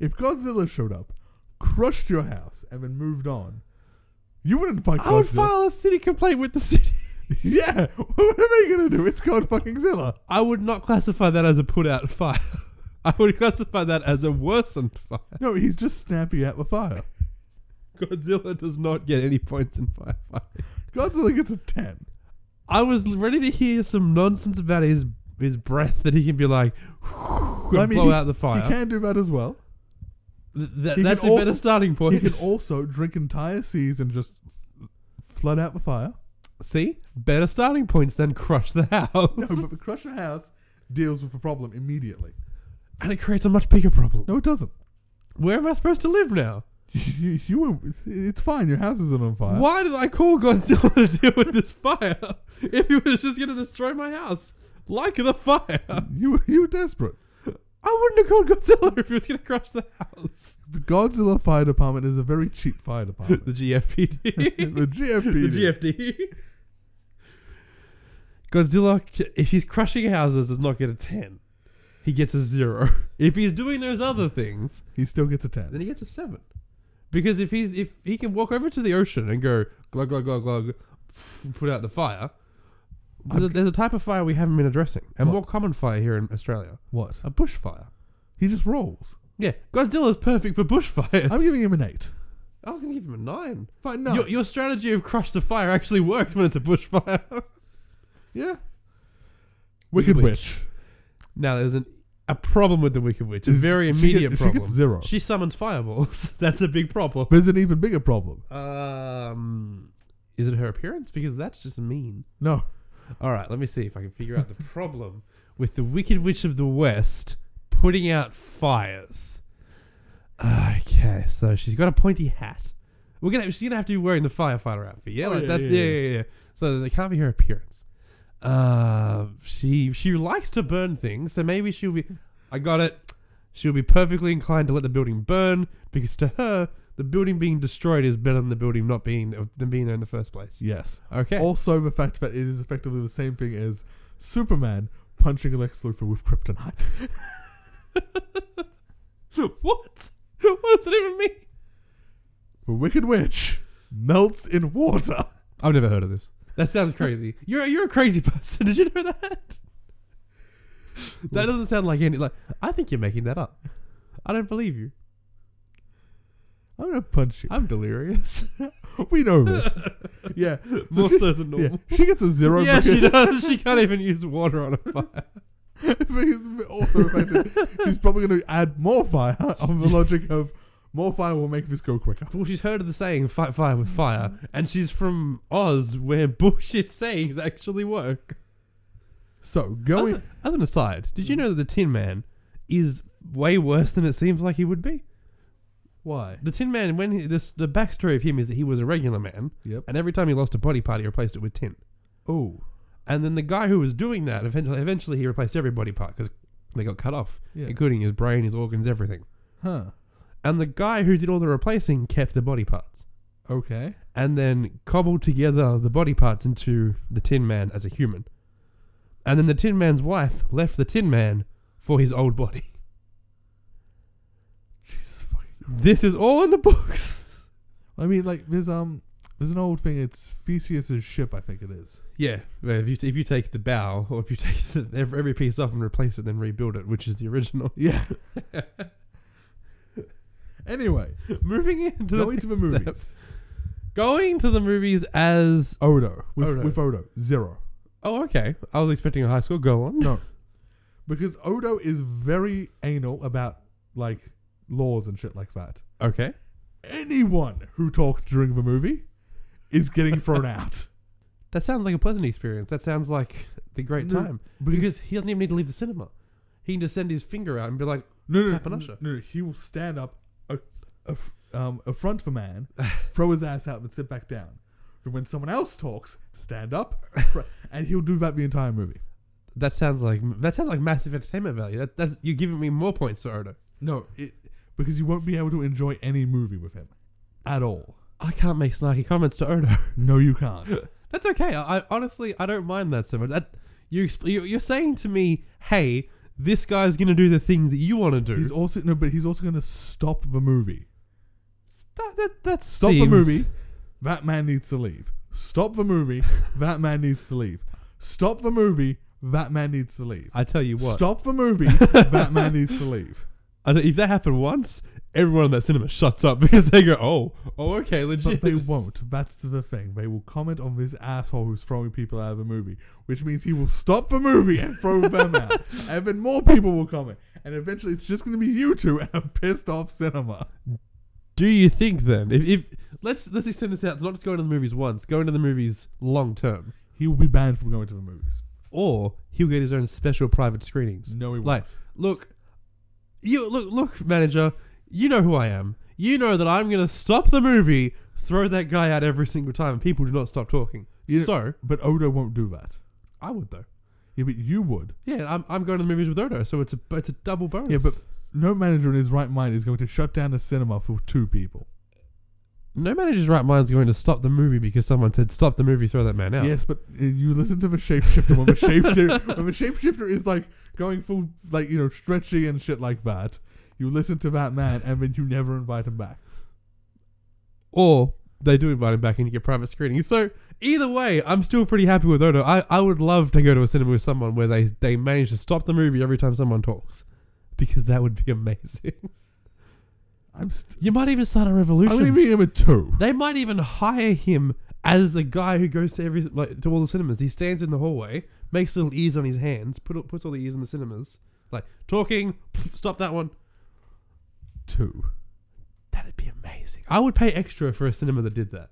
if Godzilla showed up, crushed your house, and then moved on, you wouldn't fight Godzilla.
I would file a city complaint with the city.
yeah. What am I gonna do? It's called fucking Zilla.
I would not classify that as a put out fire. I would classify that as a worsened fire.
No, he's just snappy at the fire.
Godzilla does not get any points in firefighting.
Godzilla gets a ten.
I was ready to hear some nonsense about his his breath that he can be like, and
I mean,
blow
he-
out the fire.
He can do that as well.
Th- th-
he
that's
can
a
also-
better starting
He
point.
can also drink entire seas and just f- flood out the fire.
See, better starting points than crush the house,
No, but the Crusher House deals with the problem immediately.
and it creates a much bigger problem.
No, it doesn't.
Where am I supposed to live now?
You, you were, it's fine. Your house isn't on fire.
Why did I call Godzilla to deal with this fire if he was just going to destroy my house like the fire?
You were, you were desperate.
I wouldn't have called Godzilla if he was going to crush the house.
The Godzilla Fire Department is a very cheap fire department.
The GFPD.
the GFP.
the GFD. Godzilla, c- if he's crushing houses, does not get a 10. He gets a 0. If he's doing those other things,
He still gets a ten.
then he gets a 7. Because if he's if he can walk over to the ocean and go glug glug glug glug, put out the fire,
I'm-
there's a type of fire we haven't been addressing, and
What?
more common fire here in Australia,
What?
a bushfire.
He just rolls.
Yeah, Godzilla's perfect for bushfires.
I'm giving him an eight.
I was going to give him a 9.
Fine. No.
Your, your strategy of crush the fire actually works when it's a bushfire.
yeah.
Wicked
Wicked Witch.
now there's an, a problem with the Wicked Witch, a very
She get-
immediate
she
problem.
gets zero.
She summons fireballs. That's a big problem.
There's an even bigger problem.
Um, is it her appearance? Because that's just mean.
No.
All right, let me see if I can figure out the problem with the Wicked Witch of the West putting out fires. Okay, so she's got a pointy hat. We're gonna she's gonna have to be wearing the firefighter outfit. Yeah,
Oh,
like
yeah,
that,
yeah,
yeah,
yeah.
yeah, yeah, So it can't be her appearance. Um, she she likes to burn things, so maybe she'll be. I got it. She'll be perfectly inclined to let the building burn because to her, the building being destroyed is better than the building not being than being there in the first place.
Yes.
Okay.
Also, the fact that it is effectively the same thing as Superman punching Lex Luthor with kryptonite.
what? What does that even mean?
the Wicked Witch melts in water.
I've never heard of this. That sounds crazy. You're you're a crazy person. Did you know that? That doesn't sound like any like. I think you're making that up. I don't believe you.
I'm gonna punch you.
I'm delirious.
we know this. yeah.
More
she,
so than
yeah,
normal.
she gets a zero.
Yeah,
because
she does. She can't even use water on a fire.
because also effective. She's probably gonna add more fire on the logic of more fire will make this go quicker.
Well, she's heard of the saying "fight fire with fire," and she's from Oz, where bullshit sayings actually work.
So
As,
going.
a- as an aside, did you know that the Tin Man is way worse than it seems like he would be?
Why?
The Tin Man, when he, this the backstory of him is that he was a regular man,
Yep.
and every time he lost a body part, he replaced it with tin.
Oh.
And then the guy who was doing that, eventually, eventually he replaced every body part because they got cut off,
Yeah.
including his brain, his organs, everything.
Huh.
And the guy who did all the replacing kept the body parts
Okay.
and then cobbled together the body parts into the Tin Man as a human. And then the Tin Man's wife left the Tin Man for his old body.
Jesus fucking.
This is all in the books.
I mean, like there's um there's an old thing. It's Theseus's ship. I think it is.
Yeah, well, if you if you take the bow or if you take the, every every piece off and replace it, then rebuild it, which is the original.
Yeah. anyway,
Moving into the
going to the
next step.
movies.
Going to the movies as
Odo with
Odo.
with Odo zero.
oh okay, I was expecting a high school. Go on.
No, because Odo is very anal about like laws and shit like that.
Okay.
Anyone who talks during the movie is getting thrown out.
That sounds like a pleasant experience. That sounds like the great
No,
time
because-
because he doesn't even need to leave the cinema. He can just send his finger out and be like,
No, no,
Tap an
no,
usher.
no, no. He will stand up, a, a, um, a front of a man, throw his ass out, and sit back down. But when someone else talks, stand up, fr- and he'll do that the entire movie.
"That sounds like that sounds like massive entertainment value." That, that's you're giving me more points to Odo.
No, it because you won't be able to enjoy any movie with him at all.
I can't make snarky comments to Odo.
No, you can't.
That's okay. I, I honestly I don't mind that so much. That you exp- you- you're saying to me, "Hey, this guy's gonna do the thing that you want to do."
He's also no, but he's also going to stop the movie.
that, that, that
Stop the
seems-
movie. That man needs to leave. Stop the movie. that man needs to leave. Stop the movie. That man needs to leave.
I tell you what.
Stop the movie. that man needs to leave.
I don't- if that happened once, everyone in that cinema shuts up because they go, "Oh, oh, okay,
But
legit."
they won't. That's the thing. They will comment on this asshole who's throwing people out of the movie, which means he will stop the movie and throw them out. And then more people will comment. And eventually it's just going to be you two and a pissed off cinema.
Do you think then, if, if let's let's extend this out, it's not just going to the movies once, going to the movies long term,
He will be banned from going to the movies.
or he'll get his own special private screenings.
No, he won't.
Like, look, you look, look, manager, you know who I am. You know that I'm gonna stop the movie, throw that guy out every single time, and people do not stop talking.
You-
so
But Odo won't do that.
I would though.
Yeah, but you would.
Yeah, I'm, I'm going to the movies with Odo, so it's a it's a double bonus.
Yeah, but no manager in his right mind is going to shut down a cinema for two people.
no manager's right mind's going to stop the movie because someone said stop the movie, throw that man out.
Yes, but uh, you listen to the shapeshifter when the shapeshifter when the shapeshifter is like going full like you know stretchy and shit like that. You listen to that man, and then you never invite him back.
or they do invite him back and you get private screenings. So either way, I'm still pretty happy with Odo. I, I would love to go to a cinema with someone where they, they manage to stop the movie every time someone talks. Because that would be amazing.
I'm. St-
You might even start a
I'm
revolution.
gonna meet him at two.
they might even hire him as the guy who goes to every like to all the cinemas. He stands in the hallway, makes little ears on his hands, put all- puts all the ears in the cinemas, like talking. Stop that one.
Two.
That'd be amazing. I would pay extra for a cinema that did that.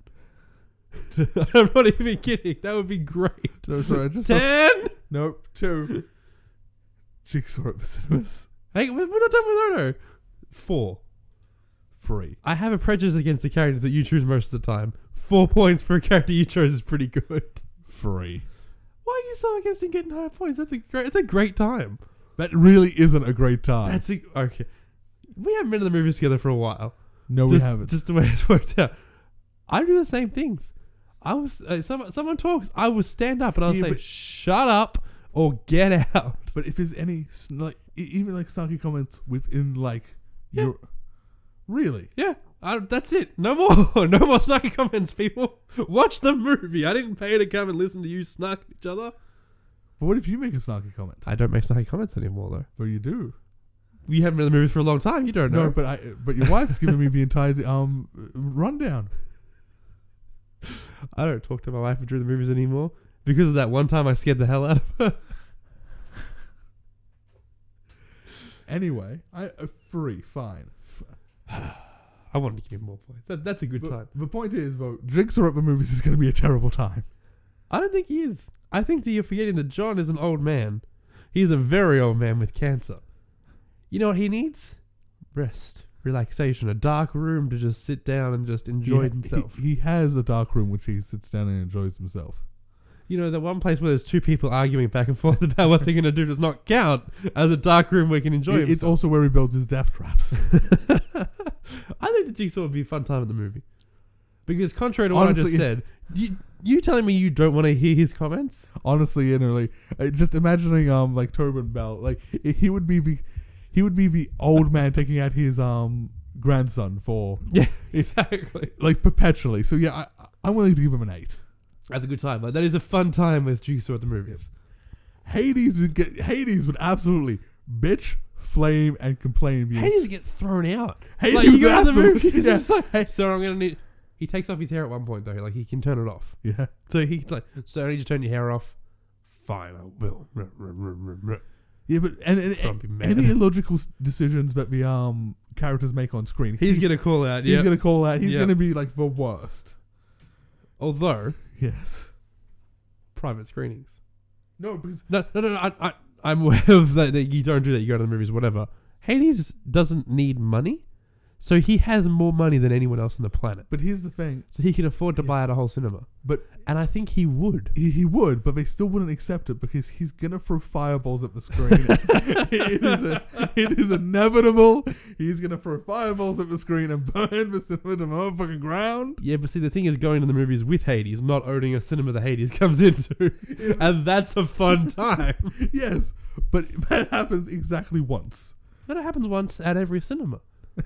I'm not even kidding. That would be great.
No, sorry, I just saw-
Ten.
nope. Two. Jigsaw at the cinemas.
Hey, we're we're not done with Odo. Four.
Three.
I have a prejudice against the characters that you choose most of the time. Four points for a character you chose is pretty good.
Three.
Why are you so against him getting higher points? That's a great. It's a great time.
That really isn't a great time.
That's a, okay. We haven't been to the movies together for a while.
no,
just,
we haven't.
Just the way it's worked out. I do the same things. I was uh, someone, someone talks. I will stand up and I'll
Yeah,
say,
but-
"Shut up or get out."
But if there's any sn- like e- even like snarky comments within like
Yeah.
your really
Yeah, I, that's it. No more. No more snarky comments, people. Watch the movie. I didn't pay to come and listen to you snark at each other.
But what if you make a snarky comment?
I don't make snarky comments anymore, though.
Well, you do.
We haven't been to the movies for a long time. You don't know.
No, but I. But your wife's giving me the entire um rundown.
I don't talk to my wife during the movies anymore because of that one time I scared the hell out of her.
Anyway, I uh, free fine.
I wanted to give him more points. That, that's a good
But
time.
The point is, though, Jigsaw at the movies is going to be a terrible time.
I don't think he is. I think that you're forgetting that John is an old man. He's a very old man with cancer. You know what he needs? Rest, relaxation, a dark room to just sit down and just enjoy
He-
himself.
He, he has a dark room which he sits down and enjoys himself.
you know, that one place where there's two people arguing back and forth about what they're going to do does not count as a dark room where he can enjoy
It- it's
himself.
also where he builds his death traps.
I think the jigsaw would be a fun time at the movie. Because contrary to what I
Honestly,
just said, you, you telling me you don't want to hear his comments?
Honestly, you know, like uh, just imagining um like Tobin Bell, like i- he would be the, he would be the old man taking out his um grandson for
Yeah, exactly.
like perpetually. So yeah, I, I'm willing to give him an eight.
That's a good time. Like, that is a fun time with Jigsaw at the movies.
Hades would get Hades would absolutely bitch, flame, and complain.
Hades gets thrown out.
Hades
like you
is
go to the
absolute-
movies,
yeah.
it's like, hey, sir, I'm gonna need. He takes off his hair at one point though, like he can turn it off.
Yeah.
So he's like, "So I need you to turn your hair off." Fine, I will.
Yeah, but and, and,
Grumpy
and
man.
any illogical s- decisions that the um characters make on screen,
He's gonna call out.
he's
Yeah.
gonna call out. He's
Yep.
gonna be like the worst.
Although
Yes.
private screenings.
No, because
No, no, no. no I, I, I'm aware of that, that. You don't do that. You go to the movies, whatever. Hades doesn't need money, so he has more money than anyone else on the planet.
but here's the thing.
So he can afford to buy out a whole cinema.
But-
and I think he would.
He, he would, but they still wouldn't accept it because he's gonna throw fireballs at the screen. it, is a, it is inevitable. He's gonna throw fireballs at the screen and burn the cinema to motherfucking ground.
Yeah, but see, the thing is, going to the movies with Hades, not owning a cinema that Hades comes into, and that's a fun time.
Yes, but that happens exactly once.
that happens once at every cinema.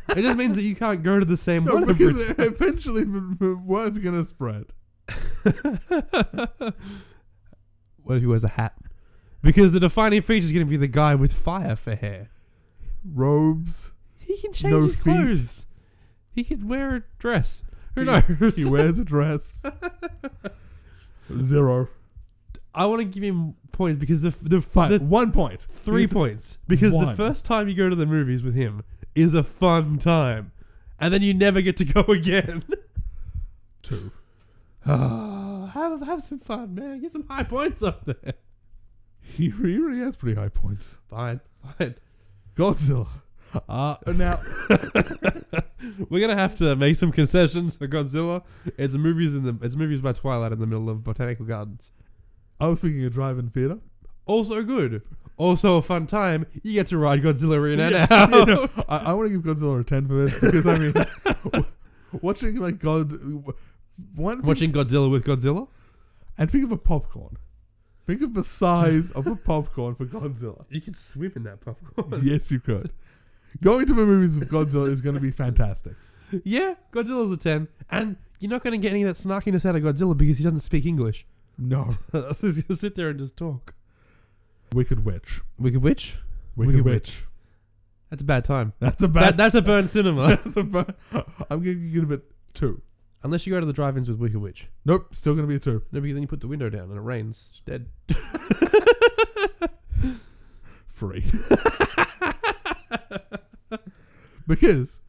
It just means that you can't go to the same
No,
one every
because eventually the, the word's gonna spread.
what if he wears a hat? Because the defining feature is going to be the guy with fire for hair.
Robes.
He can change
No
his
feet.
clothes. He could wear a dress. Who
He-
knows?
He wears a dress. Zero.
I want to give him points because the f- the f-
Fine.
the
One point.
three
It's-
points because the
One.
first time you go to the movies with him is a fun time, and then you never get to go again.
Two.
Ah, have have some fun, man. Get some high points up there.
He he really has pretty high points.
Fine, fine.
Godzilla. Uh, now,
We're gonna have to make some concessions for Godzilla. It's movies in the it's movies by Twilight in the middle of botanical gardens.
I was thinking of drive-in theater.
Also good. Also a fun time. You get to ride Godzilla in and
Yeah,
out.
you know, I, I want to give Godzilla a ten for this because I mean, w- watching like God, w- one thing-
Watching Godzilla with Godzilla.
and think of a popcorn. Think of the size of a popcorn for Godzilla.
You can swim in that popcorn.
Yes, you could. Going to the movies with Godzilla is going to be fantastic.
Yeah. Godzilla's a ten, and you're not gonna get any of that snarkiness out of Godzilla because he doesn't speak English.
No,
so he's gonna sit there and just talk.
Wicked Witch.
Wicked Witch.
Wicked,
Wicked
Witch.
Witch. That's a bad time.
That's a bad.
That, that's a burned cinema.
that's a bad. I'm going to give it two.
Unless you go to the drive-ins with Wicked Witch.
Nope, still going to be a two.
No, because then you put the window down and it rains. She's dead.
Free. because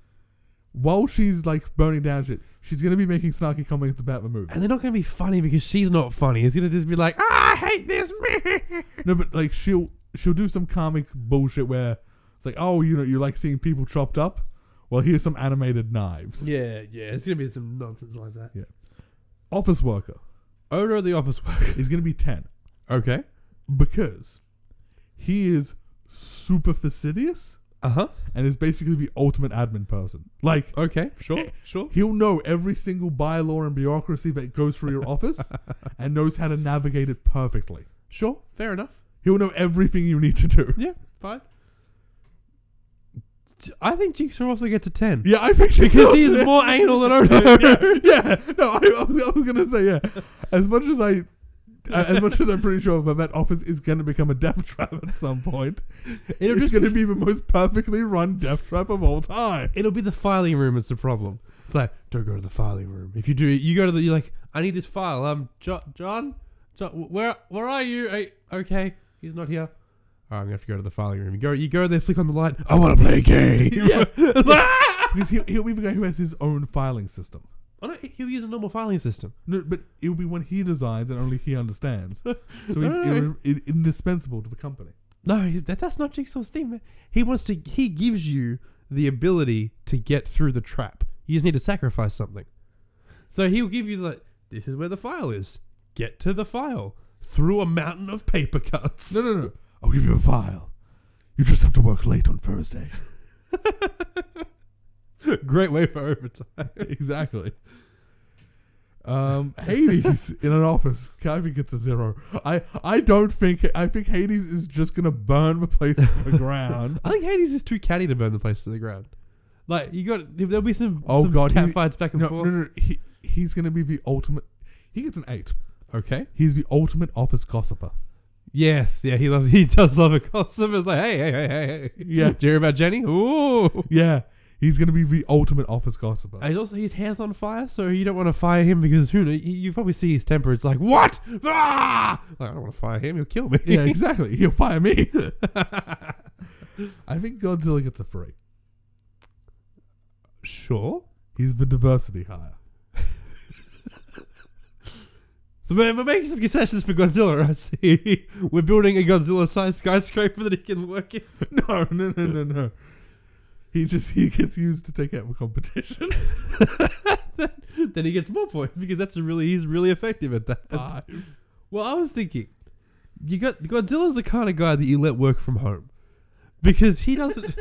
while she's like burning down shit, she's gonna be making snarky comments about the movie.
And they're not going to be funny because she's not funny. It's going to just be like, ah, I hate this man.
No, but like she'll she'll do some comic bullshit where it's like, oh, you know, you like seeing people chopped up. Well, here's some animated knives.
Yeah, yeah. It's going to be some nonsense like that.
Office worker
Odor of the office worker.
is gonna be ten
Okay.
because he is super fastidious
Uh huh.
and is basically the ultimate admin person. Like
Okay. Sure. Sure.
He'll know every single bylaw and bureaucracy that goes through your office and knows how to navigate it perfectly.
Sure. Fair enough.
He'll know everything you need to do.
Yeah. Fine. J- I think Jigsaw also gets a 10.
Yeah, I think she
Because
does.
he's
yeah.
more anal than Odor.
yeah, yeah. No, I, I was, I was gonna say yeah. As much as I, as much as I'm pretty sure that that office is gonna become a death trap at some point,
It'll,
it's
just,
gonna be the most perfectly run death trap of all time.
it'll be the filing room It's the problem. It's like, don't go to the filing room. If you do, you go to the, you're like, I need this file. Um, jo- John? John, where where are you? Hey, okay, he's not here. All right, I'm gonna have to go to the filing room. You go, you go there, flick on the light. I want to play a game.
Yeah.
It's like, "Ah!"
Because he'll, he'll be the guy who has his own filing system.
oh, no, he'll use a normal filing system.
No, but it will be one he designs and only he understands. So he's
Alright.
ir- indispensable to the company.
No, he's, that, that's not Jigsaw's thing, man. He wants to. He gives you the ability to get through the trap. You just need to sacrifice something. So he'll give you like, this is where the file is. Get to the file through a mountain of paper cuts.
No, no, no. I'll give you a file. You just have to work late on Thursday.
Great way for overtime.
exactly. Um, Hades in an office. I think it's a zero. I, I don't think. I think Hades is just gonna burn the place to the ground.
I think Hades is too catty to burn the place to the ground. Like you got, there'll be some
Oh,
some
God,
cat
he-
fights back and
No, no,
forth.
no. He, he's gonna be the ultimate. He gets an eight.
Okay.
He's the ultimate office gossiper.
Yes, yeah, he loves, he does love a gossip. It's like, hey, hey, hey, hey, hey.
Yeah.
Do you hear about Jenny? Ooh.
Yeah, He's gonna be the ultimate office gossiper.
And He's also his hair's on fire, so you don't want to fire him because who knows? You, you probably see his temper. It's like what? Ah! Like, I don't want to fire him. He'll kill me.
yeah, exactly. He'll fire me. I think Godzilla gets a three.
sure.
He's the diversity hire.
So we're, we're making some concessions for Godzilla. I see. We're building a Godzilla-sized skyscraper that he can work in.
No, no, no, no, no. He just he gets used to take out the competition.
then he gets more points because that's a really he's really effective at that.
Five.
Well, I was thinking, you got Godzilla's the kind of guy that you let work from home because he doesn't.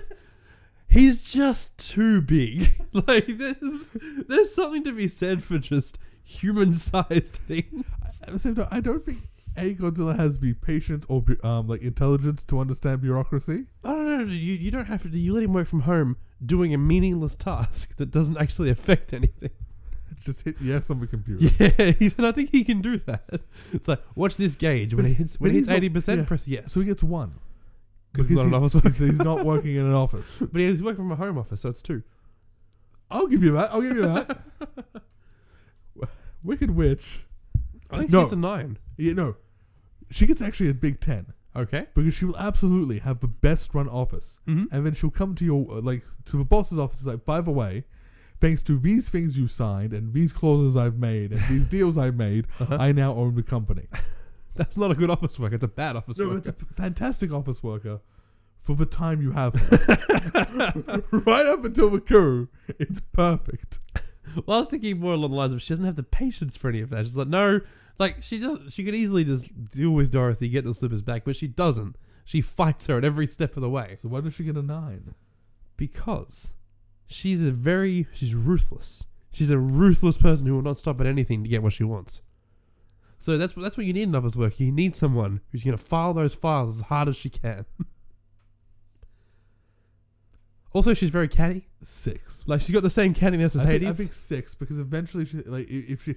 he's just too big. Like there's there's something to be said for just human-sized things.
At the same time, I don't think a Godzilla has the patience or bu- um like intelligence to understand bureaucracy.
I don't know. You you don't have to. You let him work from home doing a meaningless task that doesn't actually affect anything.
Just hit yes on the computer.
Yeah, he's, and I think he can do that. It's like watch this gauge when
But-
it hits when
but
it hits
he's not-
eighty percent,
yeah.
press yes.
So he gets one
because he's not an office worker.
because he's not working in an office.
But he's working from a home office, so it's two.
I'll give you that. I'll give you that. Wicked Witch.
I think
No.
he's a nine.
You know, she gets actually a big ten
Okay.
because she will absolutely have the best run office,
Mm-hmm.
and then she'll come to your uh, like to the boss's office like, by the way, thanks to these things you signed and these clauses I've made and these deals I've made,
Uh-huh.
I now own the company.
That's not a good office worker. It's a bad office
No, it's a
worker.
p- fantastic office worker for the time you have. her. right up until the coup, it's perfect.
Well, I was thinking more along the lines of she doesn't have the patience for any of that. She's like, no, like she does. She could easily just deal with Dorothy, get the slippers back, but she doesn't. She fights her at every step of the way
So why does she get a nine?
because she's a very she's ruthless. She's a ruthless person who will not stop at anything to get what she wants. So that's that's what you need in an office worker. You need someone who's going to file those files as hard as she can. also, she's very catty.
Six.
Like she's got the same cattiness as
I think,
Hades.
I think six because eventually, she, like i- if she,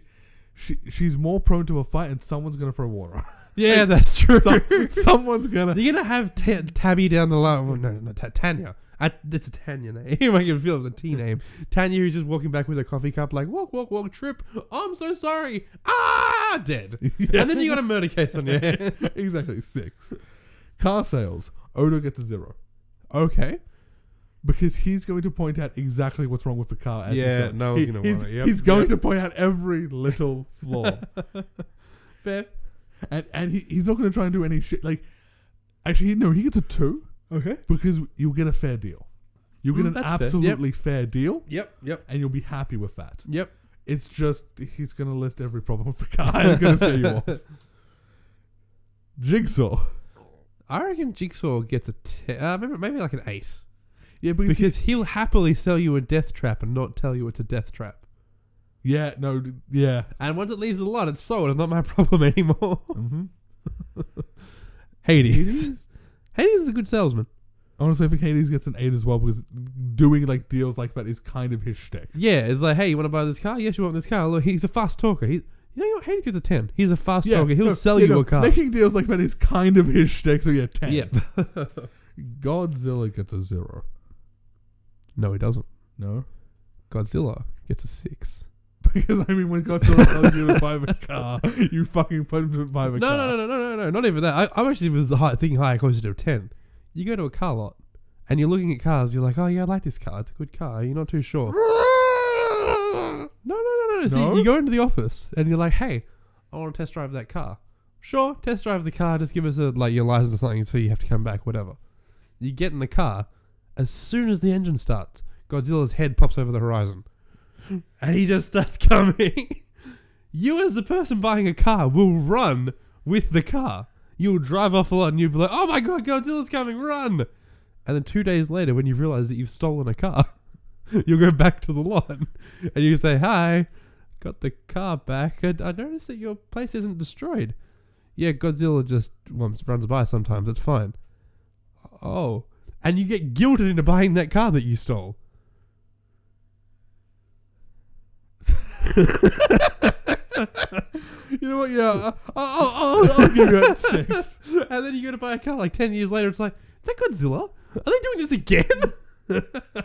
she, she's more prone to a fight, and someone's gonna throw water.
yeah, that's true.
Some, someone's gonna.
You're gonna have ta- Tabby down the line. Well, no, no, no, Ta- Tanya. I, that's a Tanya name. I can feel it was a T name. Tanya, who's just walking back with her coffee cup, like walk, walk, walk, trip. I'm so sorry. Ah, dead.
Yeah.
And then you got a murder case on your hand.
exactly six. Car sales. Odo gets a zero
Okay.
because he's going to point out exactly what's wrong with the car. As he's
Yeah,
selling.
no one's gonna want
he's,
it. Yep,
he's going
yep.
to point out every little flaw.
Fair.
and and he, he's not going to try and do any shit. Like, actually, no, he gets a two
Okay.
because you'll get a fair deal. You'll get
Mm,
an
that's fair. Yep.
absolutely fair deal,
Yep. Yep.
and you'll be happy with that.
Yep.
It's just he's going to list every problem with the car and he's going to say you off. Jigsaw,
I reckon Jigsaw gets a ten. Uh, maybe, maybe like an eight
yeah, because, he-
because he'll happily sell you a death trap and not tell you it's a death trap.
yeah, no, d- yeah.
And once it leaves the lot, it's sold. It's not my problem anymore.
Mm-hmm.
Hades.
Hades,
Hades is a good salesman.
honestly, I think Hades gets an eight as well because doing like deals like that is kind of his shtick.
Yeah, it's like, hey, you want to buy this car? Yes, you want this car. Look, he's a fast talker. He's, you know what? Hades gets a 10. He's a fast talker. He'll
no,
sell
yeah,
you
no,
a car.
Making deals like that is kind of his shtick. So yeah, ten.
Yep.
Godzilla gets a zero.
no, he doesn't.
No.
Godzilla gets a 6.
Because I mean, when Godzilla tells you to buy the car, you fucking put him to buy the
No,
car.
no, no, no, no, no, no. Not even that. I, I actually was high, thinking higher, closer to a 10. You go to a car lot and you're looking at cars. You're like, oh, yeah, I like this car. It's a good car. You're not too sure.
no.
No, no, no, no. So
No?
you go into the office and you're like, hey, I want to test drive that car. Sure, test drive the car. Just give us a like your license or something, so you have to come back, whatever. You get in the car. As soon as the engine starts, Godzilla's head pops over the horizon, and he just starts coming. you, as the person buying a car, will run with the car. You'll drive off a lot, and you'll be like, "Oh my god, Godzilla's coming! Run!" And then two days later, when you realize that you've stolen a car, you'll go back to the lot and you say, Hi, got the car back. I, I noticed that your place isn't destroyed. Yeah, Godzilla just wumps, runs by sometimes. It's fine. Oh. And you get guilted into buying that car that you stole.
You know what? Yeah, I- I'll, I'll, I'll, I'll give you a six.
and then you go to buy a car like 10 years later. It's like, Is that Godzilla? Are they doing this again?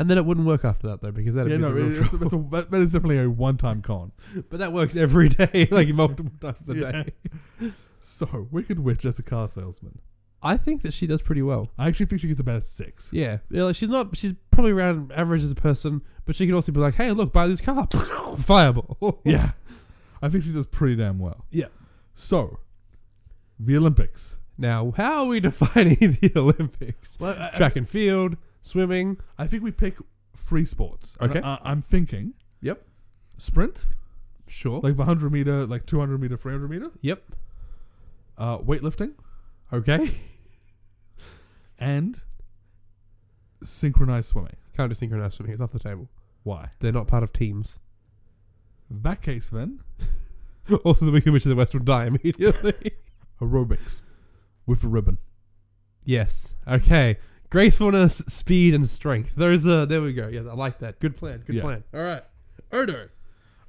And then it wouldn't work after that though, because that'd
yeah,
be
no,
the real
it- it's,
trouble.
it's a, that that is definitely a one-time con.
But that works every day, like multiple times a
Yeah.
day.
So, Wicked Witch as a car salesman.
I think that she does pretty well.
I actually think she gets about a six.
Yeah, yeah like she's not. She's probably around average as a person, but she could also be like, "Hey, look, buy this car, fireball."
Yeah. I think she does pretty damn well.
Oh. Yeah.
So, the Olympics.
Now, how are we defining the Olympics?
Well, I,
Track and field, swimming.
I think we pick free sports. And
Okay.
I, I'm thinking.
Yep. Oh.
Sprint,
Sure.
like the 100 meter, like 200 meter, 300 meter.
yep.
Uh, weightlifting
Okay.
and synchronized swimming.
Can't do synchronized swimming. It's off the table.
Why?
They're not part of teams.
That case then,
also, the Wicked Witch of the West will die immediately.
aerobics with a ribbon.
yes. Okay. Gracefulness, speed, and strength. Those are. There we go. Yeah, I like that. Good plan. Good
Yeah.
plan. All right. Odo.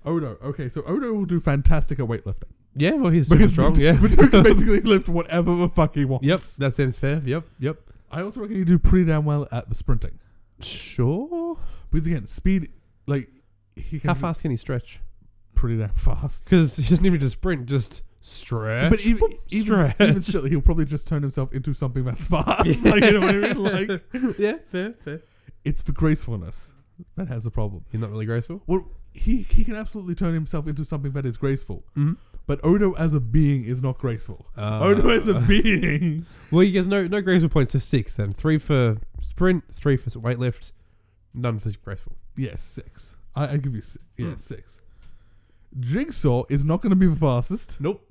Odo. Okay, so Odo will do fantastic at weightlifting.
Yeah. Well, he's super strong. Yeah.
But he can basically lift whatever the fuck he wants.
Yep, that seems fair. Yep, yep.
I also reckon you do pretty damn well at the sprinting.
Sure.
Because again, speed, like, he can
How
do
fast can he stretch?
pretty damn fast.
Because he doesn't even just sprint, just stretch.
But even,
boop,
even, even still, he'll probably just turn himself into something that's fast. like, you know what I mean? Like,
yeah, fair, fair.
it's for gracefulness that has a problem.
He's not really graceful.
Well, he, he can absolutely turn himself into something that is graceful.
Mhm.
But Odo as a being is not graceful.
Uh,
Odo as a being.
Well, you guys no no graceful points. So six then. Three for sprint, three for weightlift, none for graceful.
Yes, six. I, I give you six. Yeah,
Mm.
six. Jigsaw is not going to be the fastest
Nope.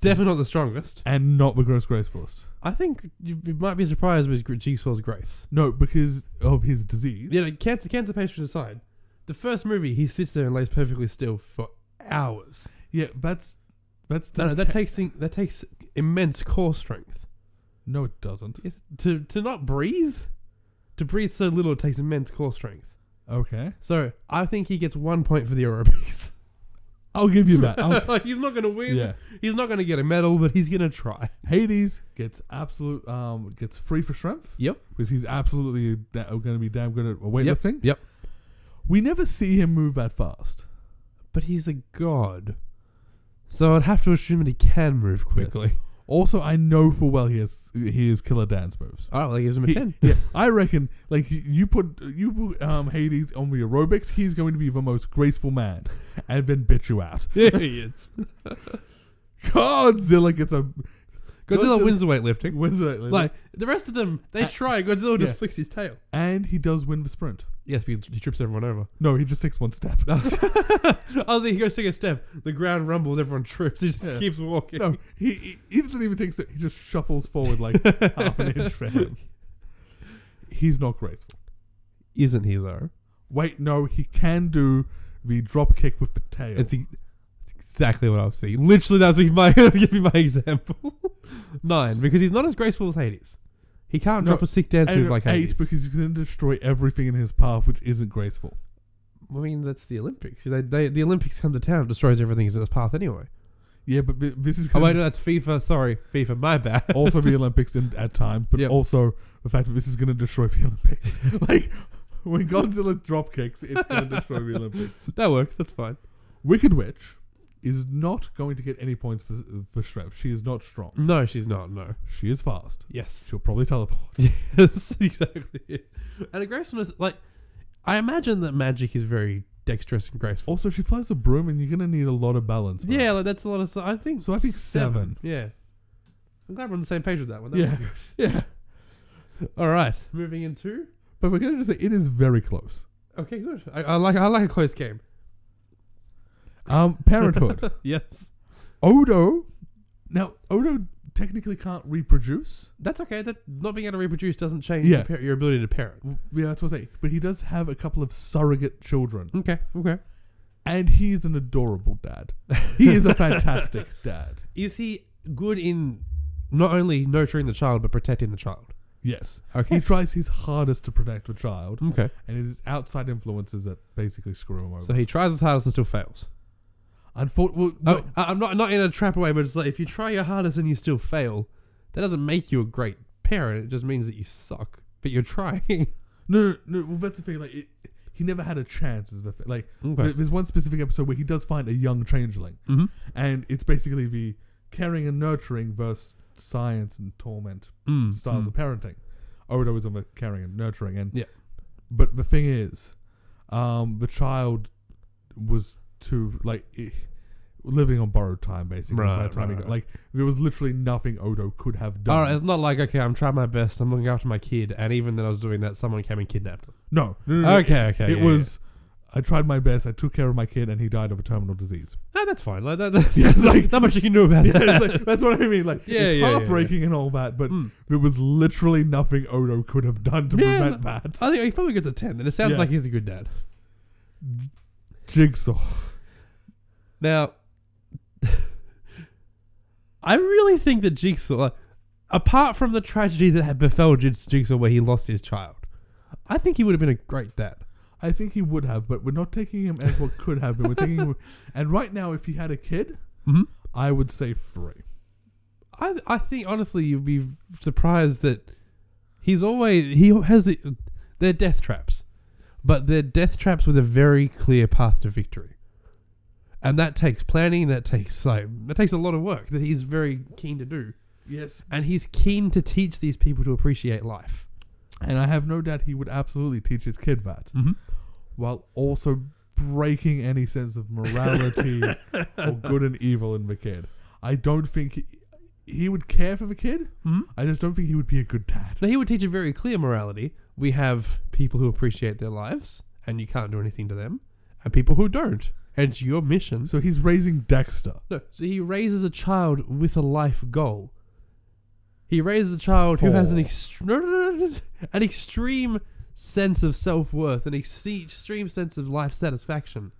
Definitely not the strongest.
and not the gross gracefulest.
I think you, you might be surprised with Gr- Jigsaw's grace.
No, because of his disease.
You know, cancer cancer patients aside, the first movie he sits there and lays perfectly still for hours.
Yeah, that's that's
No, no, that takes that takes immense core strength.
no, it doesn't.
Yes, to to not breathe, to breathe so little it takes immense core strength.
Okay,
So I think he gets one point for the aerobics.
I'll give you that. I'll-
like he's not gonna win.
yeah,
He's not gonna get a medal, but he's gonna try.
Hades gets absolute um gets free for strength.
Yep.
because he's absolutely da- going to be damn good at weightlifting.
yep.
We never see him move that fast.
But he's a god. So I'd have to assume that he can move quickly.
Also, I know full well he has he is killer dance moves.
Oh, that gives him a
He-
ten.
yeah, I reckon. Like you- you put you put um, Hades on the aerobics, he's going to be the most graceful man, and then bitch you out.
Yeah, he is.
Godzilla gets a
Godzilla,
Godzilla-
wins the weightlifting.
wins it,
Like the rest of them, they
Uh,
try. Godzilla just
yeah.
flicks his tail.
and he does win the sprint.
Yes, because he trips everyone over.
No, he just takes one step.
I was like, he goes to take a step. The ground rumbles. Everyone trips. He just
Yeah.
keeps walking.
no, he, he he doesn't even take step. He just shuffles forward like half an inch for him. He's not graceful.
Isn't he though?
Wait, no, he can do the drop kick with the tail.
It's, e- it's exactly what I was thinking. Literally, that's what my give me my example. Nine, because he's not as graceful as Hades. He can't
No,
drop a sick dance
And
move like
eight
Hades.
because he's going to destroy everything in his path, which isn't graceful.
I mean, that's the Olympics. They, they, the Olympics come to town, destroys everything into its path anyway.
Yeah, but thi- this is
Oh
gonna
wait, no, that's FIFA. Sorry, FIFA. My bad.
also the Olympics in, at time, but
Yep.
also the fact that this is going to destroy the Olympics. like when Godzilla drop kicks, it's going to destroy the Olympics.
that works. That's fine.
Wicked Witch is not going to get any points for, for strength. She is not strong.
No, she's not. No.
She is fast.
Yes.
She'll probably teleport.
Yes, exactly. it. And a gracefulness, like, I imagine that magic is very dexterous and graceful.
Also, she flies a broom, and you're gonna need a lot of balance. for
yeah,
that.
like, that's a lot of stuff. I think.
So I think seven.
Yeah. I'm glad we're on the same page with that one. That
Yeah.
was good.
yeah.
All right. Moving into.
But we're gonna just say it is very close.
Okay, good. I, I like I like a close game.
Um, Parenthood.
yes.
Odo. Now, Odo technically can't reproduce.
That's okay. That not being able to reproduce doesn't change
Yeah.
your, par- your ability to parent.
Yeah, that's what I say. But he does have a couple of surrogate children,
Okay. Okay.
and he's an adorable dad. He is a fantastic dad.
Is he good in not only nurturing the child but protecting the child?
Yes, he
Okay.
tries his hardest to protect the child,
Okay.
and it is outside influences that basically screw him over.
So Oh. he tries his hardest and still fails.
Unfortunately,
No, I, I'm not not in a trap way, but it's like if you try your hardest and you still fail, that doesn't make you a great parent. It just means that you suck, but you're trying.
No, no, no. Well, that's the thing. Like, it, he never had a chance. Is the thing. like
Okay.
there- there's one specific episode where he does find a young changeling,
Mm-hmm.
and it's basically the caring and nurturing versus science and torment
Mm.
styles
mm.
of parenting. Odo is on the caring and nurturing, and
Yeah.
But the thing is, um, the child was too like eh, living on borrowed time basically. by
Right,
the time he
right,
got,
right.
like there was literally nothing Odo could have done.
All right, it's not like okay, I'm trying my best. I'm looking after my kid, and even then, I was doing that. Someone came and kidnapped him.
no, no, no, no,
Okay, okay,
it
yeah,
was. I tried my best. I took care of my kid, and he died of a terminal disease.
No, that's fine. Like that, that's,
Yeah, it's
like not much you can do about
Yeah,
that.
it's like, that's what I mean. Like,
Yeah, yeah,
it's
yeah, yeah.
heartbreaking and all that, but
Mm.
there was literally nothing Odo could have done to
Yeah,
prevent that.
I think he probably gets a ten, and it sounds
Yeah.
like he's a good dad.
Jigsaw.
Now, I really think that Jigsaw, apart from the tragedy that had befell Jigs- Jigsaw where he lost his child, I think he would have been a great dad.
I think he would have, but we're not taking him as what could have been. We're taking him, and right now, if he had a kid,
Mm-hmm.
I would say three.
I I think honestly you'd be surprised that he's always he has the they're death traps, but they're death traps with a very clear path to victory, and that takes planning. That takes like that takes a lot of work that he's very keen to do,
Yes,
and he's keen to teach these people to appreciate life.
and I have no doubt he would absolutely teach his kid that,
Mm-hmm.
while also breaking any sense of morality or good and evil in the kid. I don't think he, he would care for the kid.
Mm-hmm.
I just don't think he would be a good dad.
Now he would teach a very clear morality. We have people who appreciate their lives, and you can't do anything to them, and people who don't. And it's your mission
So he's raising Dexter.
No, so he raises a child with a life goal. He raises a child who has an,
Four.
ex- no, no, no, no, no, an extreme sense of self worth, an ex- extreme sense of life satisfaction.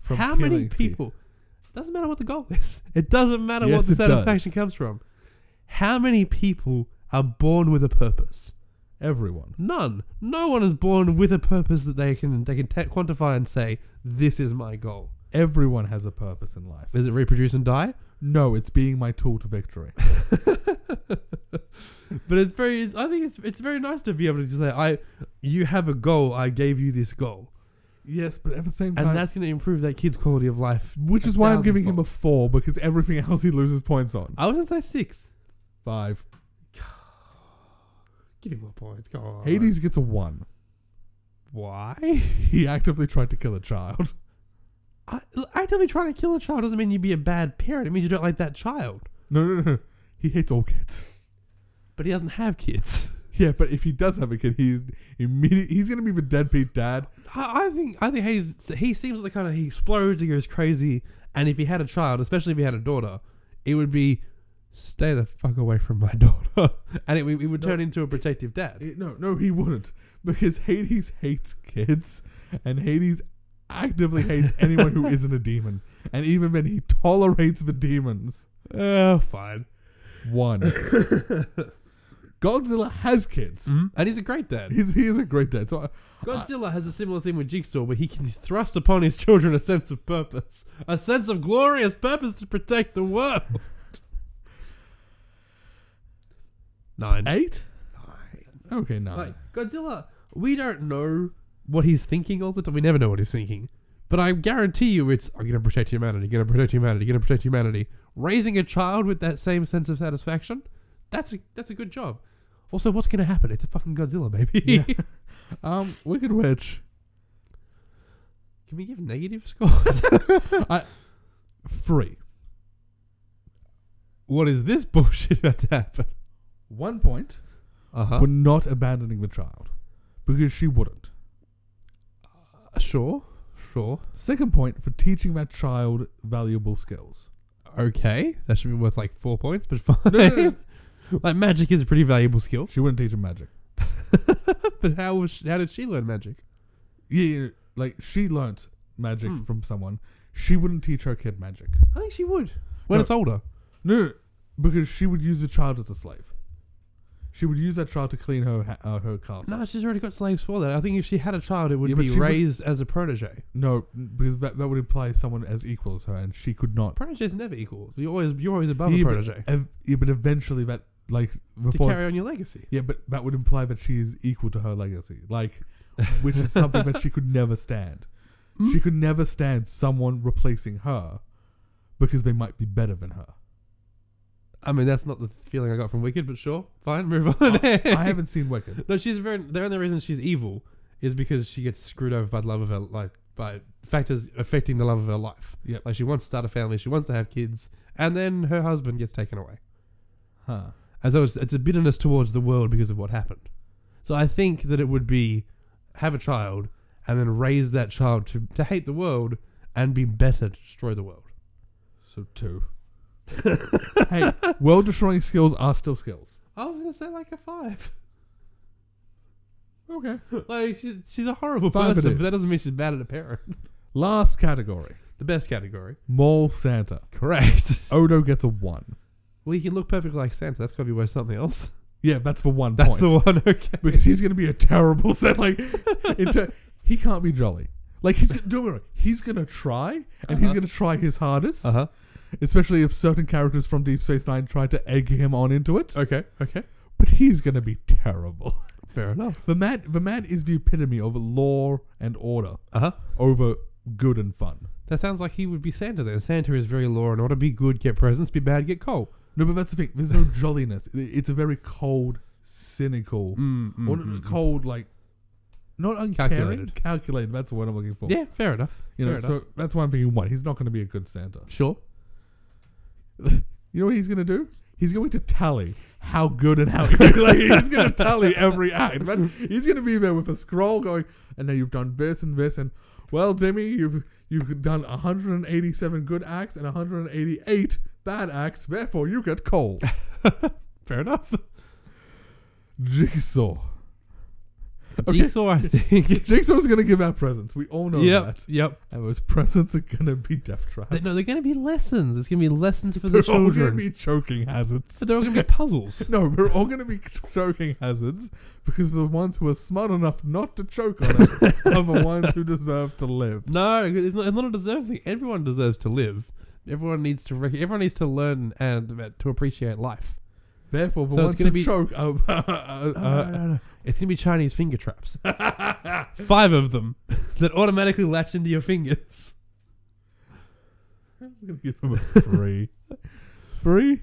From
How many
killing pe-
people? Doesn't matter what the goal is. It doesn't matter
Yes,
what the
it does.
satisfaction comes from. How many people are born with a purpose?
Everyone.
None. No one is born with a purpose that they can they can ta quantify and say this is my goal.
Everyone has a purpose in life.
Is it reproduce and die?
No, it's being my tool to victory.
But it's very. It's, I think it's it's very nice to be able to just say, "I, you have a goal. I gave you this goal,"
yes, but at the same
and
time,
that's going to improve that kid's quality of life.
which
a
is why I'm giving him a
thousandfold.
four because everything else he loses points on.
I was going to say six.
Five.
Give him more points. Come on.
Hades gets a one.
Why?
He actively tried to kill a child.
I, look, actively trying to kill a child doesn't mean you'd be a bad parent. It means you don't like that child.
No, no, no. He hates all kids.
But he doesn't have kids.
Yeah, but if he does have a kid, he's immediate. He's gonna be the deadbeat dad.
I, I think. I think Hades. He seems like the kind of he explodes. He goes crazy. And if he had a child, especially if he had a daughter, it would be. Stay the fuck away from my daughter, and it, would- it would
No.
turn into a protective dad.
Eh, No, no, he wouldn't because Hades hates kids, and Hades actively hates anyone who isn't a demon. And even when he tolerates the demons,
Oh, fine.
one. Godzilla has kids.
And he's a great dad.
He's he is a great dad. So I,
Godzilla has a similar thing with Jigsaw, where he can thrust upon his children a sense of purpose, a sense of glorious purpose to protect the world. Nine.
eight. Okay, nine.
Like, Godzilla, we don't know what he's thinking all the time. We never know what he's thinking. But I guarantee you it's, I'm going to protect humanity, going to protect humanity, going to protect humanity. Raising a child with that same sense of satisfaction, that's a, that's a good job. Also, what's going to happen? It's a fucking Godzilla, baby.
Yeah. um, Wicked Witch.
Can we give negative scores?
Three.
what is this bullshit about to happen?
One point
Uh-huh.
for not abandoning the child because she wouldn't.
uh, sure, sure.
Second point for teaching that child valuable skills.
Okay, that should be worth like four points, but fine.
no, no.
like magic is a pretty valuable skill,
She wouldn't teach him magic.
but how was she, how did she learn magic?
Yeah, yeah, like she learnt magic
Hmm.
from someone. She wouldn't teach her kid magic.
I think she would when
No.
it's older.
No, no, because she would use the child as a slave. She would use that child to clean her ha- uh, her castle.
No, she's already got slaves for that. I think if she had a child, it would
Yeah, but
be
she would-
raised as a protege.
No, because that, that would imply someone as equal as her, and she could not.
Protege's never equal. You always you're always above
Yeah,
a
but
protege.
ev- yeah, but eventually that like
to
before
carry on your legacy.
yeah, but that would imply that she is equal to her legacy, like, which is something that she could never stand. She could never stand someone replacing her because they might be better than her.
I mean, that's not the feeling I got from Wicked, but sure, fine, move on.
I haven't seen Wicked.
No, she's very. The only reason she's evil is because she gets screwed over by the love of her like by factors affecting the love of her life.
Yep.
Like she wants to start a family, she wants to have kids, and then her husband gets taken away.
Huh.
And so it's, it's a bitterness towards the world because of what happened. So I think that it would be have a child and then raise that child to, to hate the world and be better to destroy the world.
So two. hey, world destroying skills are still skills.
I was gonna say like a five.
Okay.
Like she's she's a horrible
Five it
person,
is.
but that doesn't mean she's bad at a parent.
Last category.
The best category.
Mall Santa.
Correct.
Odo gets a one.
Well, he can look perfect like Santa. That's got to be worth something else.
Yeah, that's for one
That's
point.
the one. Okay.
because he's going to be a terrible Santa. Like, in ter- he can't be jolly. Like he's gonna, don't worry, he's going to try, and he's
Uh-huh.
going to try his hardest.
Uh huh.
Especially if certain characters from Deep Space Nine try to egg him on into it.
Okay. Okay.
But he's going to be terrible.
Fair enough.
The man, the man is the epitome of law and order
Uh huh.
over good and fun.
That sounds like he would be Santa then. Santa is very law and order. Be good, get presents. Be bad, get coal.
No, but that's the thing. There's no jolliness. It- It's a very cold, cynical,
Mm, mm,
or
mm, mm.
cold like not uncaring,
Calculated.
calculated. That's the word I'm looking for.
Yeah, fair enough.
you know.
fair
so that's why I'm thinking one. He's not going to be a good Santa.
Sure.
You know what he's going to do? He's going to tally how good and how evil. like, he's going to tally every act. Man. He's going to be there with a scroll going, and now you've done this and this, and well, Jimmy, you've you've done 187 good acts and 188 bad acts. Therefore, you get cold.
Fair enough.
Jigsaw. Okay.
Jigsaw, I think.
Jigsaw's going to give out presents. We all know
yep.
that.
Yep.
And those presents are going to be death traps.
They- no, they're going to be lessons. It's going to be lessons for the
they're all going to
children.
be choking hazards.
But they're all going to be puzzles.
No, we're all going to be choking hazards because the ones who are smart enough not to choke on it are the ones who deserve to live.
No, it's not, it's not a deserved thing. Everyone deserves to live. Everyone needs to. Rec- everyone needs to learn and uh, to appreciate life.
Therefore, the
So it's
ones
gonna
who
be-
choke are. are-
No,
are-
no, no, no. Uh, It's gonna be Chinese finger traps. Five of them that automatically latch into your fingers.
I'm going to give them a three. three?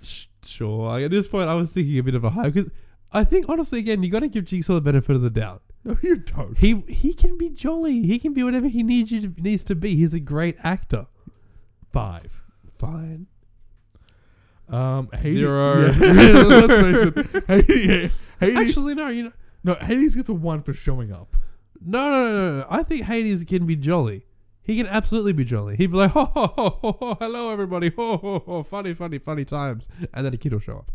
Sh- Sure. Like, At this point, I was thinking a bit of a high because I think honestly, again, you got to give Jigsaw the benefit of the doubt.
No, you don't.
He he can be jolly. He can be whatever he needs you to, needs to be. He's a great actor.
Five.
Fine.
Um, Hades.
Zero.
Yeah, let's face it. Hades, Hades,
Actually, no. You know,
no, Hades gets a one for showing up.
no, no, no, no, no. I think Hades can be jolly. He can absolutely be jolly. He'd be like, ho, ho, ho, ho, ho hello, everybody. Ho, ho, ho, funny, funny, funny times. And then a kid will show up.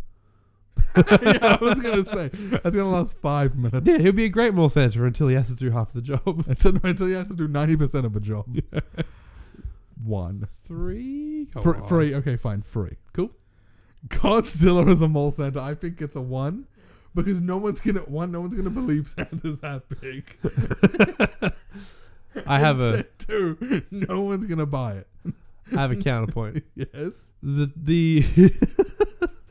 yeah, I was going to say. That's going to last five minutes.
Yeah, he'll be a great mall Santa until he has to do half the job.
Until, until you have to do 90% of a job. One.
Three, come
Fr-
on.
free. Okay, fine. Free.
Cool.
Godzilla is a mole Santa. I think it's a one because no one's gonna one. No one's gonna believe Santa's that big.
I have a
two. No one's gonna buy it.
I have a counterpoint.
Yes.
The the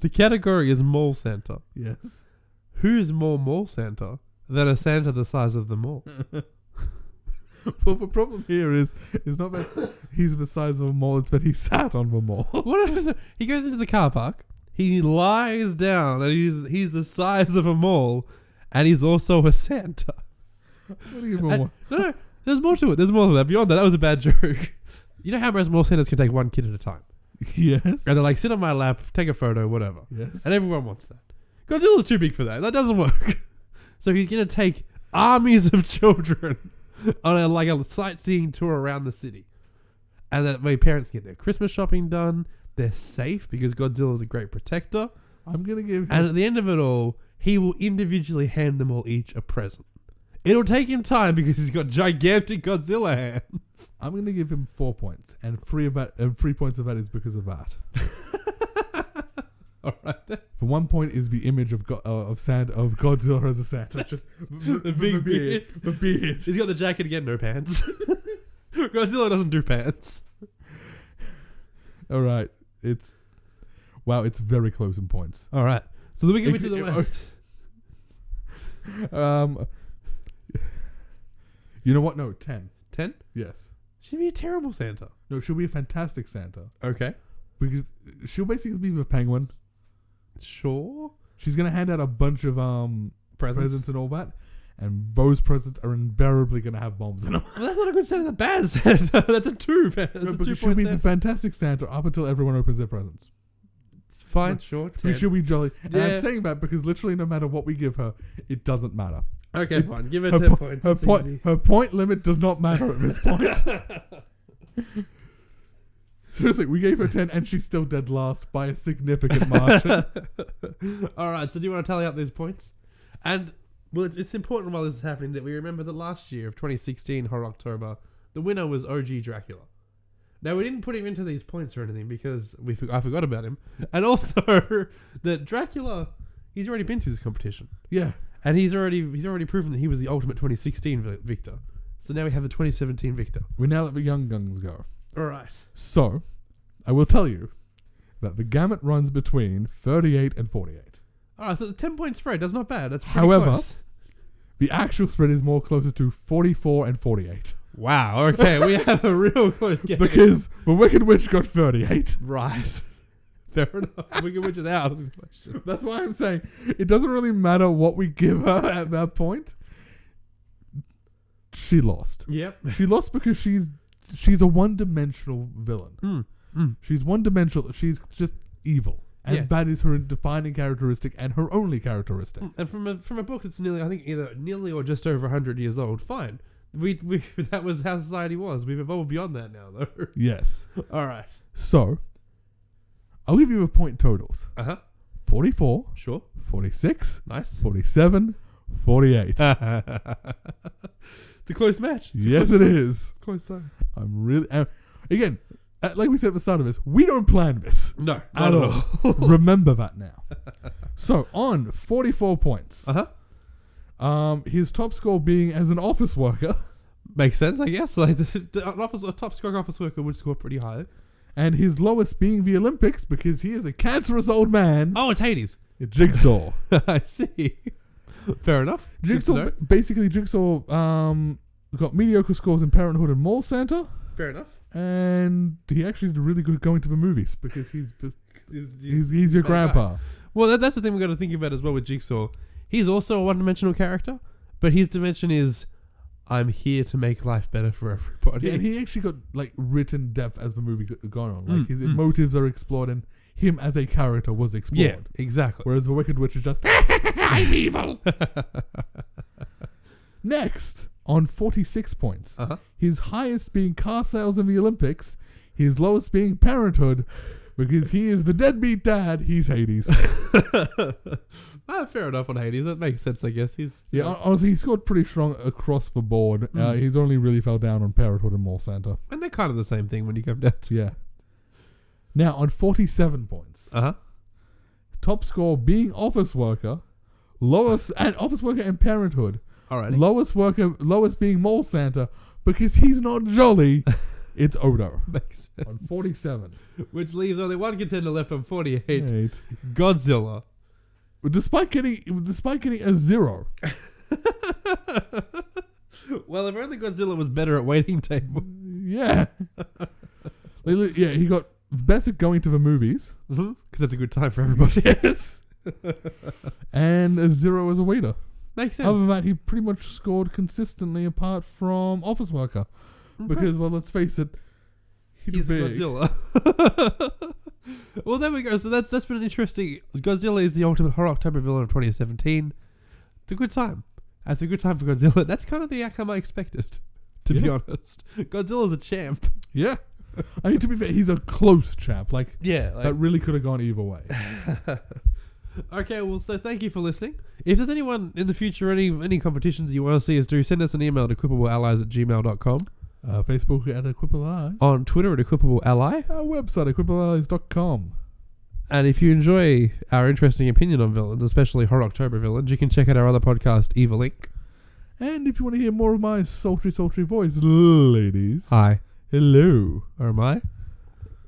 the category is mall Santa.
Yes.
Who is more mall Santa than a Santa the size of the mall?
Well, the problem here is it's not that he's the size of a mole. It's that he sat on the mole.
What if it's- he goes into the car park, he lies down, and he's he's the size of a mall, and he's also a Santa.
I'm gonna give him a
And-
one.
no, no, there's more to it. There's more than that. Beyond that, that was a bad joke. You know how most mall Santas can take one kid at a time,
Yes.
and they're like, sit on my lap, take a photo, whatever.
Yes.
And everyone wants that. Godzilla's too big for that. That doesn't work. So he's going to take armies of children on a, like a sightseeing tour around the city. And that way parents get their Christmas shopping done. They're safe because Godzilla's a great protector.
I'm gonna give
And
him.
at the end of it all, he will individually hand them all each a present. It'll take him time because he's got gigantic Godzilla hands.
I'm gonna give him four points, and three of that, and three points of that is because of that.
All right, then.
For one point is the image of God, uh, of sand of Godzilla as a Santa, just
The big beard.
the beard.
He's got the jacket again, no pants. Godzilla doesn't do pants.
All right, it's Wow, it's very close in points.
All right. So then we can
It-
get to the
it-
west.
Um, you know what? No, ten.
Ten.
Yes.
She'd be a terrible Santa.
No, she'll be a fantastic Santa
Okay.
because she'll basically be the penguin.
Sure.
She's gonna hand out a bunch of um
Presents.
presents and all that, and those presents are invariably gonna have bombs in them.
Well, that's not a good Santa. That's a bad Santa. that's a two. That's
No,
a
because
two
she'll
point
be
Santa.
the fantastic Santa up until everyone opens their presents.
Fine. Sure.
We
Ten.
should be jolly. And
Yeah.
I'm saying that because literally, no matter what we give her, it doesn't matter.
Okay. Fine. Give her
Her,
ten
po-
points.
her
It's
point,
easy.
her point limit does not matter at this point. Seriously, we gave her ten, and she's still dead last by a significant margin.
All right. So do you want to tally up these points? And well, it- it's important while this is happening that we remember that last year of 2016 Horror October, the winner was OG Dracula. Now we didn't put him into these points or anything because we for- I forgot about him, and also that Dracula, he's already been through this competition,
yeah,
and he's already he's already proven that he was the ultimate 2016 vi- victor. So now we have the 2017 victor.
we now let the young guns go.
All right.
So, I will tell you that the gamut runs between thirty-eight and forty-eight.
All right. So the 10 point spread. That's not bad. That's pretty
However-
close.
The actual spread is more closer to forty-four and forty-eight
Wow. Okay, we have a real close game.
because the Wicked Witch got thirty-eight.
Right. Fair enough. We can witch it out of this question.
That's why I'm saying it doesn't really matter what we give her at that point. She lost.
Yep.
She lost because she's she's a one-dimensional villain.
Mm. Mm.
She's one-dimensional. She's just evil, and
Yeah.
that is her defining characteristic and her only characteristic.
Hmm. And from a from a book that's nearly I think either nearly or just over hundred years old. Fine. We, we that was how society was. We've evolved beyond that now though.
Yes.
All right.
So, I'll give you the point totals:
Uh huh.
44,
Sure.
46,
Nice.
47, 48.
it's a close match. It's a
yes, it is.
Close time.
I'm really uh, again, uh, like we said at the start of this, we don't plan this.
No. Not at
At
all.
Remember that now. So on 44 points,
Uh huh.
um, his top score being as an office worker,
Makes sense, I guess. Like the, the office, a top scoring office worker would score pretty high.
and his lowest being the Olympics because he is a cancerous old man.
Oh, it's Hades.
Jigsaw.
I see. Fair enough. Good to
Jigsaw,
know.
basically, Jigsaw um, got mediocre scores in Parenthood and Mall Santa,
Fair enough.
and he actually did really good going to the movies because he's he's, he's your
Bad guy.
grandpa.
Well, that, that's the thing we've got to think about as well with Jigsaw. He's also a one dimensional character, but his dimension is I'm here to make life better for everybody.
Yeah, and he actually got like written depth as the movie g- gone on. Like
Mm,
his
mm.
motives are explored, and him as a character was explored.
yeah, exactly.
Whereas the Wicked Witch is just
I'm evil.
next on forty-six points.
Uh-huh.
His highest being car sales in the Olympics. His lowest being Parenthood, because he is the deadbeat dad. He's Hades.
ah, fair enough on Hades. That makes sense, I guess. He's
yeah, hon- honestly, he scored pretty strong across the board. Uh,
Mm.
he's only really fell down on Parenthood and Mall Santa.
and they're kind of the same thing when you come down to.
Yeah. Now on forty-seven points.
Uh huh.
top score being office worker, lowest and office worker and parenthood,
All right.
lowest worker, lowest being mole Santa because he's not jolly. it's Odo
makes sense.
on forty-seven.
Which leaves only one contender left on 48
Eight.
Godzilla.
Despite getting, despite getting a zero,
well, if only Godzilla was better at waiting table.
yeah, Like, li- yeah, he got best at going to the movies
Because that's a good time for everybody. Yes.
and a zero as a waiter.
Makes sense.
Other than that, he pretty much scored consistly, apart from office worker, because well, let's face it, he'd
he's a
big.
Godzilla. well, there we go. So that's that's been an interesting. Godzilla is the ultimate horror October villain of 2017. It's a good time. That's a good time for Godzilla. That's kind of the outcome I expected, to be
Yeah.
honest. Godzilla's a champ.
Yeah. I mean, to be fair, he's a close chap. Like,
Yeah.
that really could have gone either way.
okay. Well, so thank you for listening. If there's anyone in the future, any any competitions you want to see us do, send us an email to equipableallies at gmail.com.
Uh, Facebook at Equipable Eyes.
On Twitter at equipable ally.
Our website, equipableeyes.com.
And if you enjoy our interesting opinion on villains, especially Horror October villains, you can check out our other podcast, Evil Inc.
And if you want to hear more of my sultry, sultry voice, ladies,
Hi.
hello. Uh,
Or am I?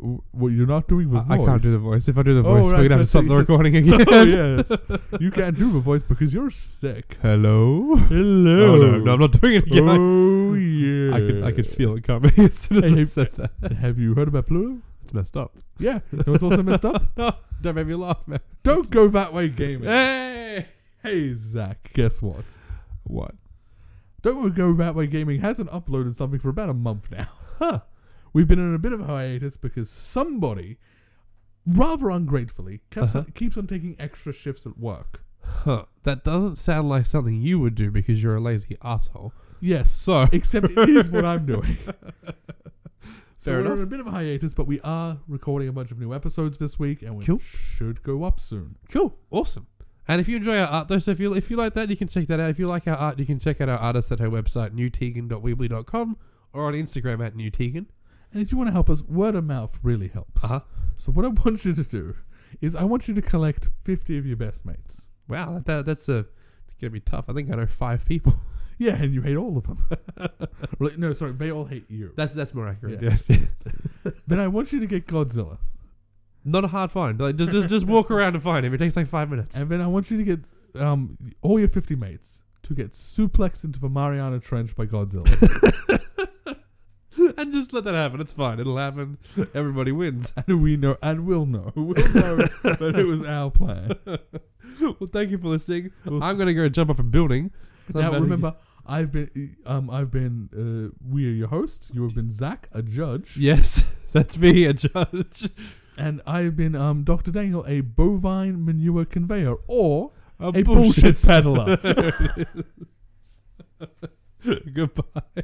w- well, you're not doing the
I, I
voice.
can't do the voice. If I do the
Oh,
voice,
right,
we're gonna have to
so
stop the
yes.
recording again.
oh yes, you can't do the voice because you're sick.
Hello.
Hello.
Oh, no, no, I'm not doing it again.
Oh yeah.
I could, I could feel it coming as soon as
Hey,
I
hey,
said that.
Have you heard about Pluto?
It's messed up.
Yeah. You know what's also messed up?
Don't make me laugh, man.
Don't go that way, gaming.
Eh.
Hey!
Hey Zach, guess what?
What?
Don't Go That Way Gaming hasn't uploaded something for about a month now. Huh. We've been in a bit of a hiatus because somebody, rather ungratefully, keeps,
Uh-huh.
on, keeps on taking extra shifts at work.
Huh. That doesn't sound like something you would do because you're a lazy asshole.
Yes,
So,
except it is what I'm doing. So
Fair
we're
enough.
in a bit of a hiatus, but we are recording a bunch of new episodes this week, and we
Cool.
should go up soon.
cool. Awesome. And if you enjoy our art, though, so if you, if you like that, you can check that out. If you like our art, you can check out our artist at her website, newtegan.weebly.com, or on Instagram at newtegan.
And if you want to help us, word of mouth really helps.
Uh huh.
So what I want you to do is I want you to collect 50 of your best mates.
Wow, that, that, that's a it's gonna be tough. I think I know five people.
Yeah, and you hate all of them. Really, no, sorry, they all hate you.
That's that's more accurate.
Yeah. Then I want you to get Godzilla,
Not a hard find. Like just just just walk around and find him. It takes like five minutes.
and then I want you to get um, all your 50 mates to get suplexed into the Mariana Trench by Godzilla.
and just let that happen. It's fine. It'll happen. Everybody wins.
and we know, and we'll know, we'll know that it was our plan.
well, thank you for listening.
We'll
I'm
s-
gonna go jump off a building. 'cause I'm
now
about to-
remember, I've been, um, I've been, uh, we are your hosts. You have been Zach, a judge,
Yes, that's me, a judge.
and I have been um, Dr. Daniel, a bovine manure conveyor, or
A,
a bullshit peddler.
Goodbye.